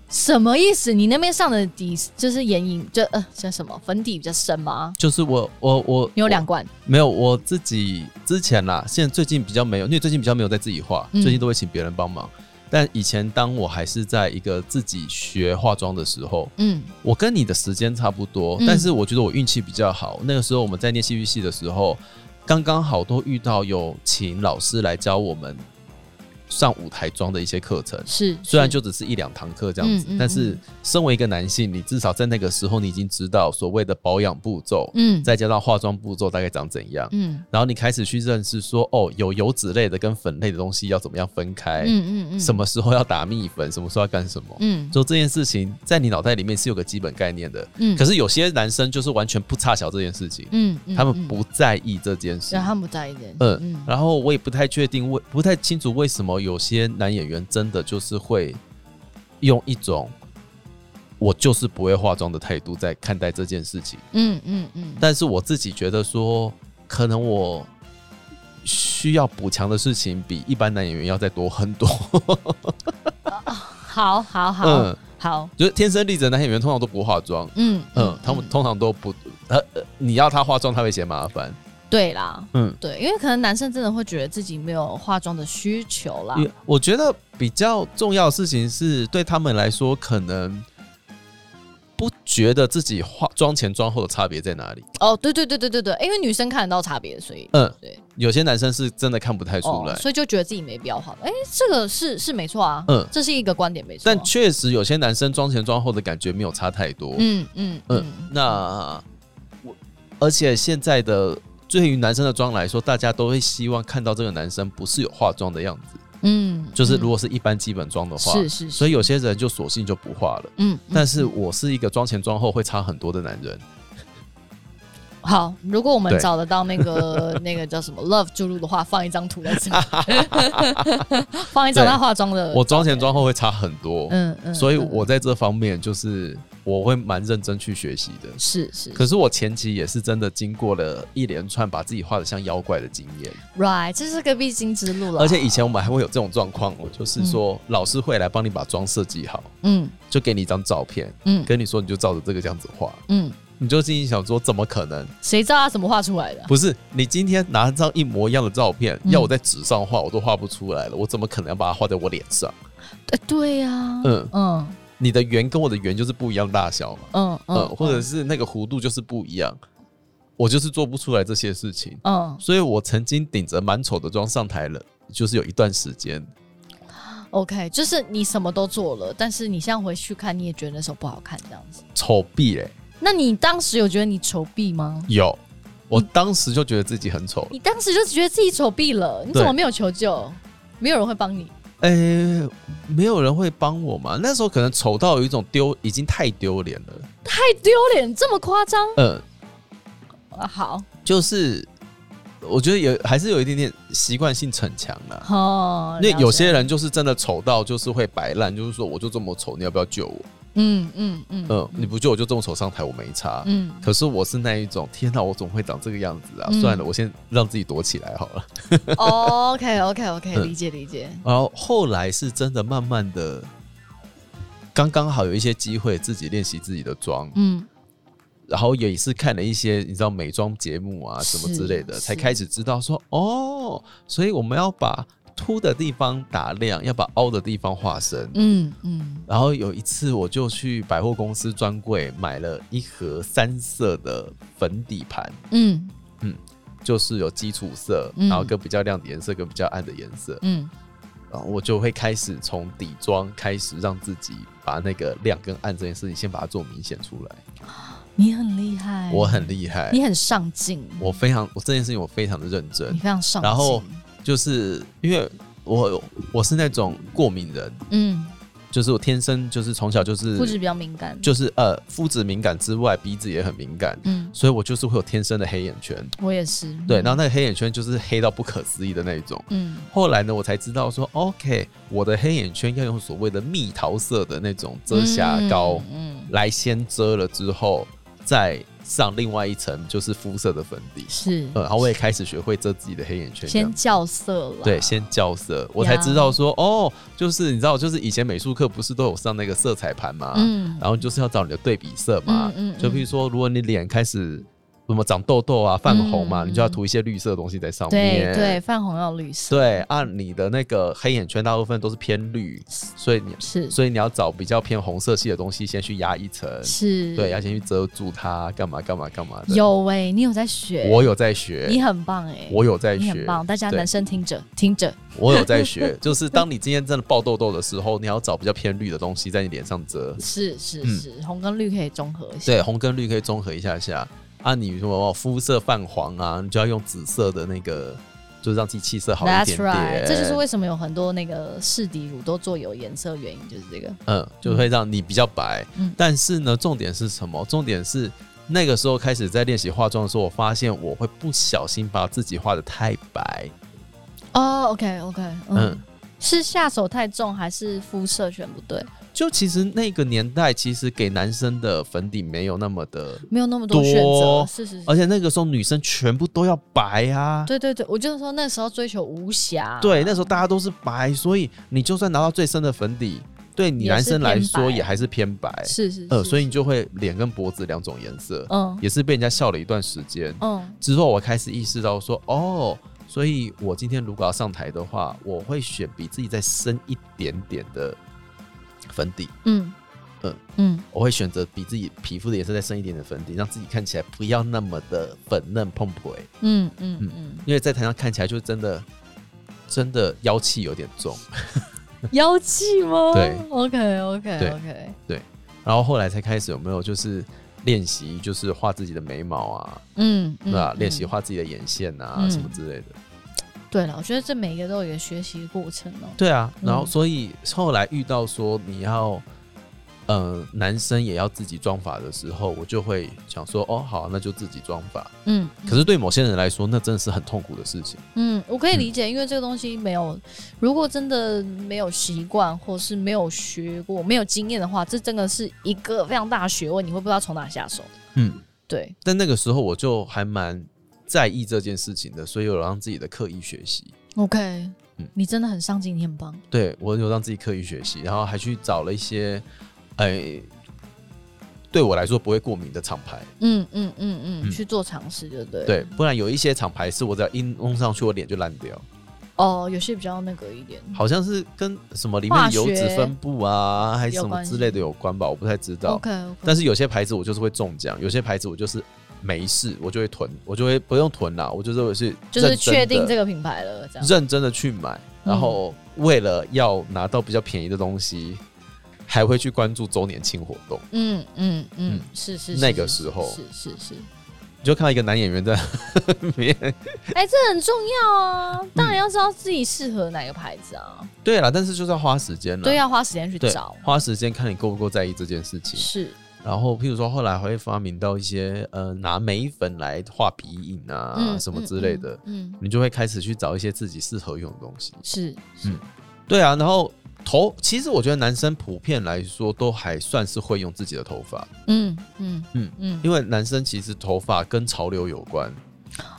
S1: 什么意思？你那边上的底就是眼影，就呃叫什么粉底比较深吗？
S2: 就是我我我
S1: 你有两罐，
S2: 没有我自己之前啦，现在最近比较没有，因为最近比较没有在自己画，
S1: 嗯
S2: 最近都会请别人帮忙。但以前当我还是在一个自己学化妆的时候，
S1: 嗯
S2: 我跟你的时间差不多，
S1: 嗯
S2: 但是我觉得我运气比较好。那个时候我们在念戏剧系的时候，刚刚好都遇到有请老师来教我们上舞台妆的一些课程。
S1: 是，
S2: 虽然
S1: 是
S2: 就只是一两堂课这样子，
S1: 嗯嗯
S2: 但是身为一个男性，你至少在那个时候你已经知道所谓的保养步骤，
S1: 嗯
S2: 再加上化妆步骤大概长怎样，
S1: 嗯
S2: 然后你开始去认识说，哦，有油脂类的跟粉类的东西要怎么样分开，
S1: 嗯嗯嗯，
S2: 什么时候要打蜜粉，什么时候要干什么。
S1: 嗯
S2: 就这件事情，在你脑袋里面是有个基本概念的。
S1: 嗯，
S2: 可是有些男生就是完全不差小这件事情，
S1: 嗯嗯
S2: 他
S1: 嗯
S2: 们不在意这件事
S1: 对。他们不在意的，
S2: 嗯
S1: 嗯
S2: 然后我也不太确定为不太清楚为什么有些男演员真的就是会用一种我就是不会化妆的态度在看待这件事情。
S1: 嗯嗯嗯，
S2: 但是我自己觉得说，可能我需要补强的事情比一般男演员要再多很多。
S1: 好好好
S2: 嗯，
S1: 好，
S2: 就是天生丽质的男演员通常都不化妆。
S1: 嗯
S2: 嗯，他们通常都不，呃，呃你要他化妆，他会嫌麻烦。
S1: 对啦，
S2: 嗯，
S1: 对，因为可能男生真的会觉得自己没有化妆的需求啦。
S2: 也我觉得比较重要的事情是，对他们来说，可能不觉得自己化妆前妆后的差别在哪里。
S1: 哦，对对对对对对，因为女生看得到差别，所以
S2: 嗯，
S1: 对
S2: 有些男生是真的看不太出来，
S1: 哦，所以就觉得自己没必要化。哎，这个是是没错啊，
S2: 嗯
S1: 这是哦一个观点没错。
S2: 但确实有些男生妆前妆后的感觉没有差太多。
S1: 嗯嗯嗯
S2: 嗯，那我而且现在的对于男生的妆来说，大家都会希望看到这个男生不是有化妆的样子，
S1: 嗯，
S2: 就是
S1: 嗯
S2: 如果是一般基本妆的话，
S1: 是是，
S2: 所以
S1: 以
S2: 有些人就索性就不化了。
S1: 嗯，嗯
S2: 但是我是一个妆前妆后会差很多的男人，
S1: 好，如果我们
S2: 对
S1: 找得到那个那个叫什么 Love 注入的话，放一张图在这 里，放一张
S2: 对
S1: 她化妆的照片，
S2: 我妆前妆后会差很多，
S1: 呃嗯嗯，
S2: 所以
S1: 嗯
S2: 我在这方面就是我会蛮认真去学习的。
S1: 是是
S2: 可是我前期也是真的经过了一连串把自己画的像妖怪的经验，
S1: right，这是个必经之路了。
S2: 而且以前我们还会有这种状况哦，就是说老师会来帮你把妆设计好，
S1: 嗯
S2: 就给你一张照片，
S1: 嗯
S2: 跟你说你就照着这个这样子画，
S1: 嗯，
S2: 你就心里想说怎么可能？
S1: 谁知道她怎么画出来的？
S2: 不是你今天拿张一模一样的照片，
S1: 嗯
S2: 要我在纸上画我都画不出来了，我怎么可能要把它画在我脸上？
S1: 哎，对呀、
S2: 嗯
S1: 嗯
S2: 你的圆跟我的圆就是不一样大小嘛，
S1: 嗯
S2: 嗯、
S1: 嗯，
S2: 或者是那个弧度就是不一样，我就是做不出来这些事情，
S1: 嗯
S2: 所以我曾经顶着蛮丑的妆上台了，就是有一段时间，
S1: ，OK，就是你什么都做了，但是你现在回去看，你也觉得那时候不好看这样子。
S2: 丑毙嘞、
S1: 那你当时有觉得你丑毙吗？
S2: 有，我当时就觉得自己很丑了，
S1: 你当时就觉得自己丑毙了，你
S2: 对
S1: 怎么没有求救？没有人会帮你。
S2: 哎、
S1: 嗯
S2: 没有人会帮我嘛，那时候可能丑到有一种丢，已经太丢脸了，
S1: 太丢脸，这么夸张？
S2: 嗯、
S1: 啊、好，
S2: 就是我觉得也还是有一点点习惯性逞强啦。
S1: 哦，
S2: 那
S1: 了
S2: 有
S1: 解
S2: 些人就是真的丑到就是会摆烂，就是说我就这么丑，你要不要救我？
S1: 嗯嗯嗯
S2: 嗯，你不救我就这么丑上台，我没差。
S1: 嗯，
S2: 可是我是那一种，天哪，我总会长这个样子啊！
S1: 嗯
S2: 算了，我先让自己躲起来好了。
S1: OK OK OK，
S2: 嗯
S1: 哦理解理解。
S2: 然后后来是真的慢慢的，刚刚好有一些机会自己练习自己的妆，
S1: 嗯，
S2: 然后也是看了一些你知道美妆节目啊什么之类的，
S1: 是
S2: 才
S1: 是
S2: 开始知道说哦，所以我们要把凸的地方打亮，要把凹的地方画深。
S1: 嗯嗯，
S2: 然后有一次我就去百货公司专柜买了一盒三色的粉底盘，
S1: 嗯
S2: 就是有基础色，
S1: 嗯
S2: 然后跟比较亮的颜色跟比较暗的颜色，
S1: 嗯
S2: 然后我就会开始从底妆开始让自己把那个亮跟暗这件事情先把它做明显出来。
S1: 你很厉害，
S2: 我很厉害
S1: 你，很上进，
S2: 我非常我这件事情我非常的认真
S1: 你，非常上进。
S2: 然后就是因为我我是那种过敏人，
S1: 嗯，
S2: 就是我天生就是从小就是
S1: 肤质比较敏感，
S2: 就是呃肤质敏感之外，鼻子也很敏感。
S1: 嗯，
S2: 所以我就是会有天生的黑眼圈，
S1: 我也是。
S2: 对，然后那个黑眼圈就是黑到不可思议的那一种。
S1: 嗯
S2: 后来呢，我才知道说，OK，我哦的黑眼圈要用所谓的蜜桃色的那种遮瑕膏、
S1: 嗯，嗯
S2: 来先遮了之后，再上另外一层就是肤色的粉底。
S1: 是
S2: 呃，然后我也开始学会遮自己的黑眼圈，这样
S1: 先校色了，
S2: 对，先校色，我才知道说，哦，就是你知道，就是以前美术课不是都有上那个色彩盘嘛，
S1: 嗯
S2: 然后就是要找你的对比色嘛，
S1: 嗯嗯嗯
S2: 啊就比如说，如果你脸开始什么长痘痘啊、泛红嘛，
S1: 嗯
S2: 你就要涂一些绿色的东西在上面，
S1: 对对，泛红要绿色，
S2: 对，按你的那个黑眼圈大部分都是偏绿，所以你
S1: 是
S2: 所以你要找比较偏红色系的东西先去压一层，
S1: 是，
S2: 对，要先去遮住它，干嘛干嘛干嘛的。，
S1: 有哎，你有在学，
S2: 我有在学，
S1: 你很棒哎，
S2: 我有在
S1: 你很
S2: 学，
S1: 棒，大家
S2: 对
S1: 男生听着听着，
S2: 我有在学。 就是当你今天真的爆痘痘的时候，你要找比较偏绿的东西在你脸上遮，
S1: 是是
S2: 嗯
S1: 是，红跟绿可以综合一下，
S2: 对，红跟绿可以综合一下下。啊，你什么肤色泛黄啊，你就要用紫色的那个，就是让自己气色好一点
S1: That's
S2: 点。
S1: right，这就是为什么有很多那个试底乳都做有颜色，原因就是这个。
S2: 嗯，就会让你比较白。
S1: 嗯
S2: 但是呢，重点是什么？重点是那个时候开始在练习化妆的时候，我发现我会不小心把自己画的太白。
S1: 哦、o k OK，嗯，
S2: 嗯
S1: 是下手太重还是肤色选不对？
S2: 就其实那个年代，其实给男生的粉底没有那么的，
S1: 没有那么多
S2: 多呃
S1: 选择，是是是
S2: 而，且那个时候女生全部都要白啊。
S1: 对啊对对，我就是说那时候追求无瑕，
S2: 对，那时候大家都是白，所以你就算拿到最深的粉底，对你
S1: 也是
S2: 男生来
S1: 偏白
S2: 说也还是偏白。
S1: 是是是，
S2: 呃，所以你就会脸跟脖子两种颜色，
S1: 嗯
S2: 也是被人家笑了一段时间。
S1: 嗯
S2: 之后我开始意识到说，哦，所以我今天如果要上台的话，我会选比自己再深一点点的粉底，
S1: 嗯
S2: 呃
S1: 嗯，
S2: 我会选择比自己皮肤的颜色再深一点的粉底，让自己看起来不要那么的粉嫩碰碰，
S1: 嗯嗯嗯，
S2: 因为在台上看起来就真的真的妖气有点重。
S1: 嗯妖气吗？
S2: 对
S1: ，OK OK
S2: 对
S1: OK，
S2: 然后后来才开始有没有就是练习，就是画自己的眉毛啊，
S1: 嗯，
S2: 对吧？练习
S1: 嗯
S2: 画自己的眼线啊，
S1: 嗯
S2: 什么之类的。
S1: 对了，我觉得这每一个都有一个学习过程哦、
S2: 对啊，
S1: 嗯
S2: 然后所以后来遇到说你要，呃，男生也要自己妆法的时候，我就会想说，哦，好，那就自己妆法。
S1: 嗯，
S2: 可是对某些人来说，那真的是很痛苦的事情。
S1: 嗯，我可以
S2: 嗯
S1: 理解，因为这个东西没有，如果真的没有习惯，或是没有学过、没有经验的话，这真的是一个非常大的学问，你会不知道从哪下手。
S2: 嗯，
S1: 对，
S2: 但那个时候我就还蛮在意这件事情的，所以有让自己的刻意学习。
S1: ，OK，、
S2: 嗯
S1: 你真的很上进，你很棒。
S2: 对我有让自己刻意学习，然后还去找了一些，哎、对我来说不会过敏的厂牌。
S1: 嗯嗯嗯嗯，
S2: 嗯
S1: 去做尝试，对不对？。
S2: 对，不然有一些厂牌是我只要一弄上去，我脸就烂掉。
S1: 哦，有些比较那个一点。
S2: 好像是跟什么里
S1: 化
S2: 面
S1: 学
S2: 油脂分布啊，还是
S1: 有
S2: 什么
S1: 关系
S2: 之类的有关吧，我不太知道。
S1: OK OK。
S2: 但是有些牌子我就是会中奖，有些牌子我就是没事，我就会囤，我就会不用囤啦，我就是我是
S1: 就是确定这
S2: 个
S1: 个嗯品牌了，这样。
S2: 认真的去买，然后为了要拿到比较便宜的东西，还会去关注周年庆活动。
S1: 嗯嗯嗯
S2: 嗯，
S1: 是是是
S2: 那个
S1: 是
S2: 时候
S1: 是是是，
S2: 你就看到一个男演员在 里面，
S1: 哎、这很重要啊！当
S2: 嗯
S1: 然要知道自己适合哪个牌子啊，
S2: 对啦，但是就是要花时间了，
S1: 对，要花时间去
S2: 嗯对
S1: 找。
S2: 花时间看你够不够在意这件事情。
S1: 是，
S2: 然后，譬如说，后来会发明到一些呃，拿眉粉来画皮影啊，
S1: 嗯，
S2: 什么之类的，
S1: 嗯，嗯，嗯
S2: 你就会开始去找一些自己适合用的东西。
S1: 是，
S2: 嗯对啊，然后头，其实我觉得男生普遍来说都还算是会用自己的头发，
S1: 嗯嗯
S2: 嗯
S1: 嗯嗯，
S2: 因为男生其实头发跟潮流有关。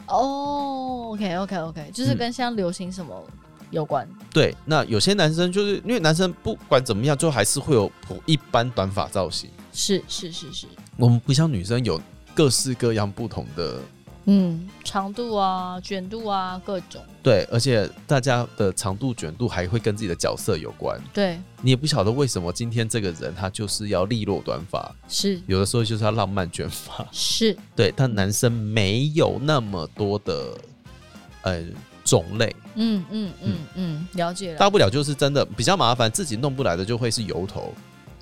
S1: 哦，OK OK OK，就是
S2: 嗯
S1: 跟现在流行什么有关，
S2: 对，那有些男生就是因为男生不管怎么样，就还是会有普一般短发造型。
S1: 是是是是，
S2: 我们不像女生有各式各样不同的
S1: 嗯，长度啊、卷度啊，各种，
S2: 对，而且大家的长度、卷度还会跟自己的角色有关。
S1: 对，
S2: 你也不晓得为什么今天这个人他就是要利落短发，
S1: 是
S2: 有的时候就是要浪漫卷发。
S1: 是，
S2: 对，但男生没有那么多的呃种类，
S1: 嗯嗯嗯嗯，了解了，
S2: 大不了就是真的比较麻烦，自己弄不来的就会是油头，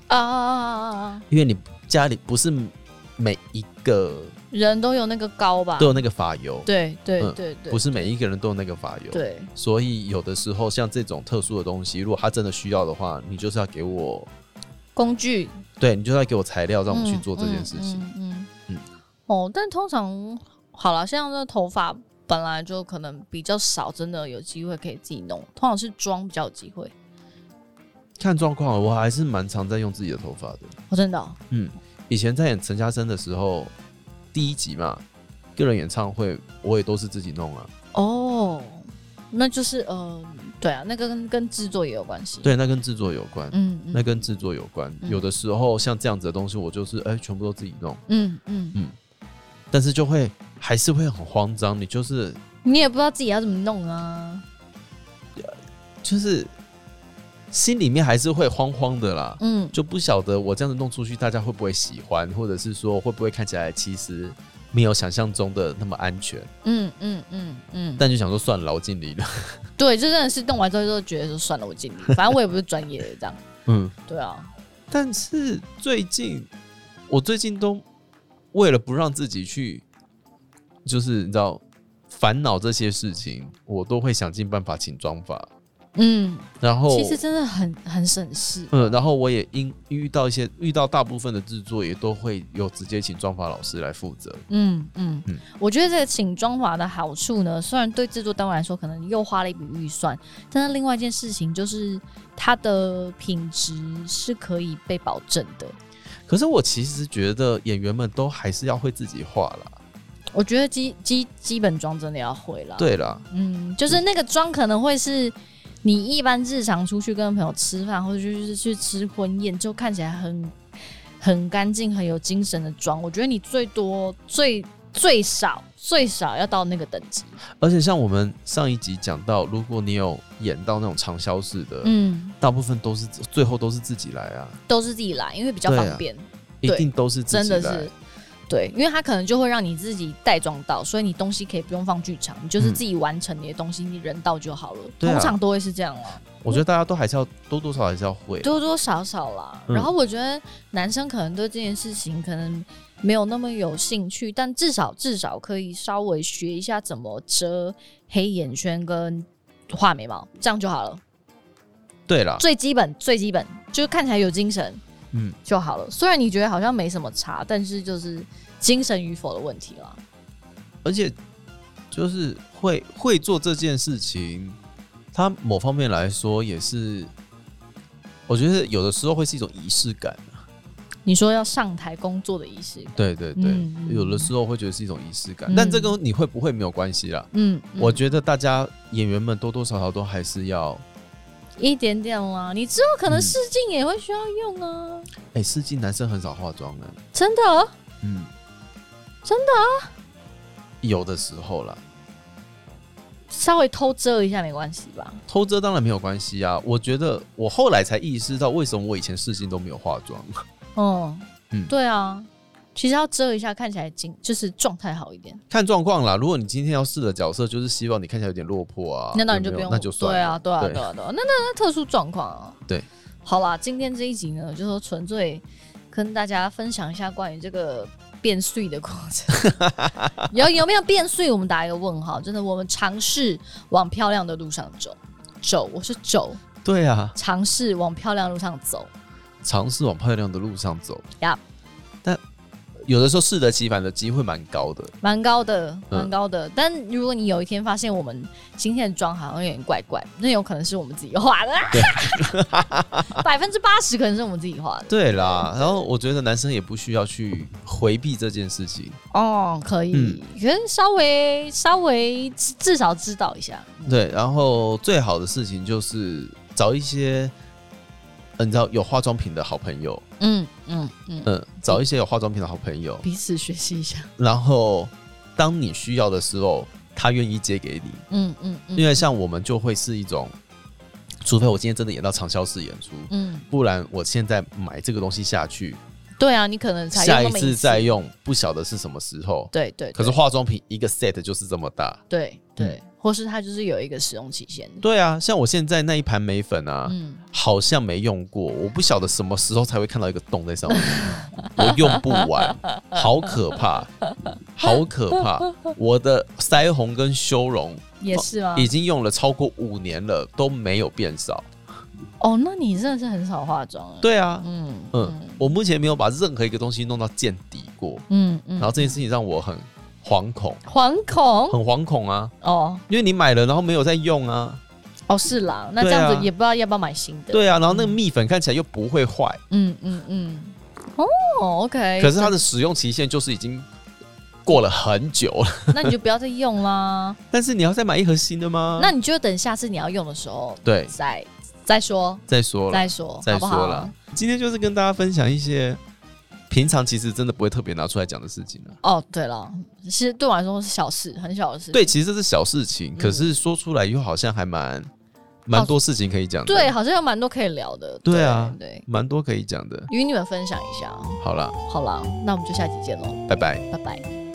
S1: 啊啊啊啊啊啊，
S2: 因为你家里不是每一个
S1: 人都有那个高吧？
S2: 都有那个发油，
S1: 对对
S2: 嗯
S1: 对对，
S2: 不是每一个人都有那个发油，
S1: 对，
S2: 所以有的时候像这种特殊的东西，如果他真的需要的话，你就是要给我，
S1: 嗯工具
S2: 对你就是要给我材料，让我去
S1: 嗯
S2: 做这件事情。
S1: 嗯嗯
S2: 嗯
S1: 嗯哦，但通常好了，像这头发本来就可能比较少，真的有机会可以自己弄，通常是妆比较有机会。嗯
S2: 看状况，我还是蛮常在用自己的头发的。
S1: 哦，真的哦、
S2: 以前在演陈嘉生的时候，第一集嘛，个人演唱会，我也都是自己弄啊。
S1: 哦，那就是呃，对啊，那个跟跟制作也有关系。，
S2: 对，那跟制作有关，
S1: 嗯，嗯
S2: 那跟制作有关。
S1: 嗯
S2: 有的时候像这样子的东西，我就是哎、全部都自己弄，
S1: 嗯嗯，
S2: 但是就会还是会很慌张。你就是
S1: 你也不知道自己要怎么弄啊。
S2: 就是心里面还是会慌慌的啦，
S1: 嗯，
S2: 就不晓得我这样子弄出去，大家会不会喜欢，或者是说会不会看起来其实没有想象中的那么安全。
S1: 嗯嗯嗯嗯，
S2: 但就想说算了，我尽力了。
S1: 对，这真的是弄完之后就觉得说算了，我尽力，反正我也不是专业的这样。
S2: 嗯，
S1: 对啊，
S2: 但是最近，我最近都为了不让自己去，就是你知道烦恼这些事情，我都会想尽办法请妆法。
S1: 嗯，
S2: 然后，
S1: 其实真的很很省事。
S2: 嗯，然后我也因遇到一些遇到大部分的制作，也都会有直接请妆法老师来负责。
S1: 嗯嗯
S2: 嗯，
S1: 我觉得这个请妆法的好处呢，虽然对制作单位来说可能又花了一笔预算，但是另外一件事情就是它的品质是可以被保证的。
S2: 可是我其实觉得演员们都还是要会自己画啦。
S1: 我觉得基基基本妆真的要会啦。，
S2: 对啦，
S1: 嗯，就是那个妆可能会是你一般日常出去跟朋友吃饭，或者就是去吃婚宴，就看起来很很干净、很有精神的妆。我觉得你最多最最少最少要到那个等级。
S2: 而且像我们上一集讲到，如果你有演到那种长销式的，
S1: 嗯，
S2: 大部分都是最后都是自己来啊。
S1: 都是自己来，因为比较
S2: 对啊
S1: 方便，
S2: 一
S1: 对
S2: 定都是自
S1: 真
S2: 己
S1: 的
S2: 来
S1: 是。对，因为它可能就会让你自己带妆到，所以你东西可以不用放剧场，你就是
S2: 嗯
S1: 自己完成你的东西，你人到就好了。
S2: 对啊
S1: 通常都会是这样啊，
S2: 我觉得大家都还是要多多少少还是要会。
S1: 多多少少啦。
S2: 嗯
S1: 然后我觉得男生可能对这件事情可能没有那么有兴趣，但至少至少可以稍微学一下怎么遮黑眼圈跟画眉毛，这样就好了。
S2: 对啦，
S1: 最基本最基本就是看起来有精神，
S2: 嗯，
S1: 就好了。虽然你觉得好像没什么差，但是就是精神与否的问题啦。
S2: 而且就是会会做这件事情，它某方面来说也是，我觉得有的时候会是一种仪式感。啊
S1: 你说要上台工作的仪式感，
S2: 对对对，
S1: 嗯
S2: 有的时候会觉得是一种仪式感，
S1: 嗯
S2: 但这跟你会不会没有关系啦。
S1: 嗯，嗯
S2: 我觉得大家演员们多多少少都还是要，
S1: 一点点啦。你之后可
S2: 嗯
S1: 能试镜也会需要用啊，
S2: 哎、试镜男生很少化妆啊的，
S1: 真的。
S2: 嗯，
S1: 真
S2: 的啊，有的时候啦，
S1: 稍微偷遮一下没关系吧？
S2: 偷遮当然没有关系啊。我觉得我后来才意识到，为什么我以前试镜都没有化妆。
S1: 嗯，
S2: 嗯
S1: 对啊，其实要遮一下，看起来精就是状态好一点。
S2: 看状况啦，如果你今天要试的角色就是希望你看起来有点落魄啊，
S1: 那当然就
S2: 有没
S1: 不
S2: 有
S1: 用，
S2: 那就算
S1: 对啊，
S2: 了。
S1: 对啊，
S2: 对
S1: 对啊，对啊，那那那特殊状况啊，
S2: 对，
S1: 好啦，今天这一集呢，就说纯粹跟大家分享一下关于这个变碎的过 程，有有没有变碎，我们打一个问号，真的，我们尝试往漂亮的路上走，走，我是走，
S2: 对啊，
S1: 尝试往漂亮的路上走，
S2: 尝试往漂亮的路上走。
S1: Yup
S2: 有的时候适得其反的机会蛮高的。
S1: 蛮高的，
S2: 嗯
S1: 蛮高的。但如果你有一天发现我们今天的妆好像有点怪怪，那有可能是我们自己画的， 百分之八十可能是我们自己画的。
S2: 对啦，然后我觉得男生也不需要去回避这件事情。
S1: 哦，可以，
S2: 嗯
S1: 可能稍微稍微至至少知道一下。
S2: 对，然后最好的事情就是找一些，呃你知道有化妆品的好朋友，
S1: 嗯嗯嗯，
S2: 嗯，找一些有化妆品的好朋友，
S1: 彼此学习一下。
S2: 然后当你需要的时候，他愿意借给你。
S1: 嗯嗯嗯，
S2: 因为像我们就会是一种，除非我今天真的演到长销式演出，
S1: 嗯，
S2: 不然我现在买这个东西下去，
S1: 对啊，你可能才用
S2: 下
S1: 那
S2: 一
S1: 么
S2: 次再
S1: 用。
S2: 用不晓得是什么时候。
S1: 对对，
S2: 可是
S1: 对
S2: 化妆品一个 set 就是这么大。
S1: 对对，或是它就是有一个使用期限。
S2: 对啊，像我现在那一盘眉粉啊，
S1: 嗯，
S2: 好像没用过，我不晓得什么时候才会看到一个洞在上面， 我用不完，好可怕，好可怕！我的腮红跟修容
S1: 也是啊吗？
S2: 已经用了超过五年了，都没有变少。
S1: 哦，那你真的是很少化妆啊。，
S2: 对啊，
S1: 嗯
S2: 嗯，我目前没有把任何一个东西弄到见底过，
S1: 嗯嗯
S2: 然后这件事情让我很惶恐，
S1: 惶恐
S2: 很惶恐啊，
S1: 哦
S2: 因为你买了然后没有在用啊，
S1: 哦是啦，那
S2: 对
S1: 这
S2: 啊
S1: 样子也不知道要不要买新的。，
S2: 对啊，然后那个蜜粉看起来又不会坏，
S1: 嗯嗯嗯，哦，OK。
S2: 可是它的使用期限就是已经过了很久了。
S1: 那你就不要再用啦。
S2: 但是你要再买一盒新的吗？
S1: 那你就等下次你要用的时候
S2: 对，
S1: 再再说
S2: 再说了，
S1: 再说，
S2: 再
S1: 好不
S2: 说
S1: 好
S2: 了。。今天就是跟大家分享一些平常其实真的不会特别拿出来讲的事情了。啊
S1: 哦，对了，其实对我来说是小事，很小的事。
S2: 对，其实这是小事
S1: 嗯
S2: 情，可是说出来又好像还蛮蛮多事情可以讲的，
S1: 哦对，，好像有蛮多可以聊的。
S2: 对啊
S1: 对，
S2: 蛮多可以讲的。
S1: 与你们分享一下。
S2: 好啦，
S1: 好啦，那我们就下期见喽，
S2: 拜拜。
S1: 拜拜。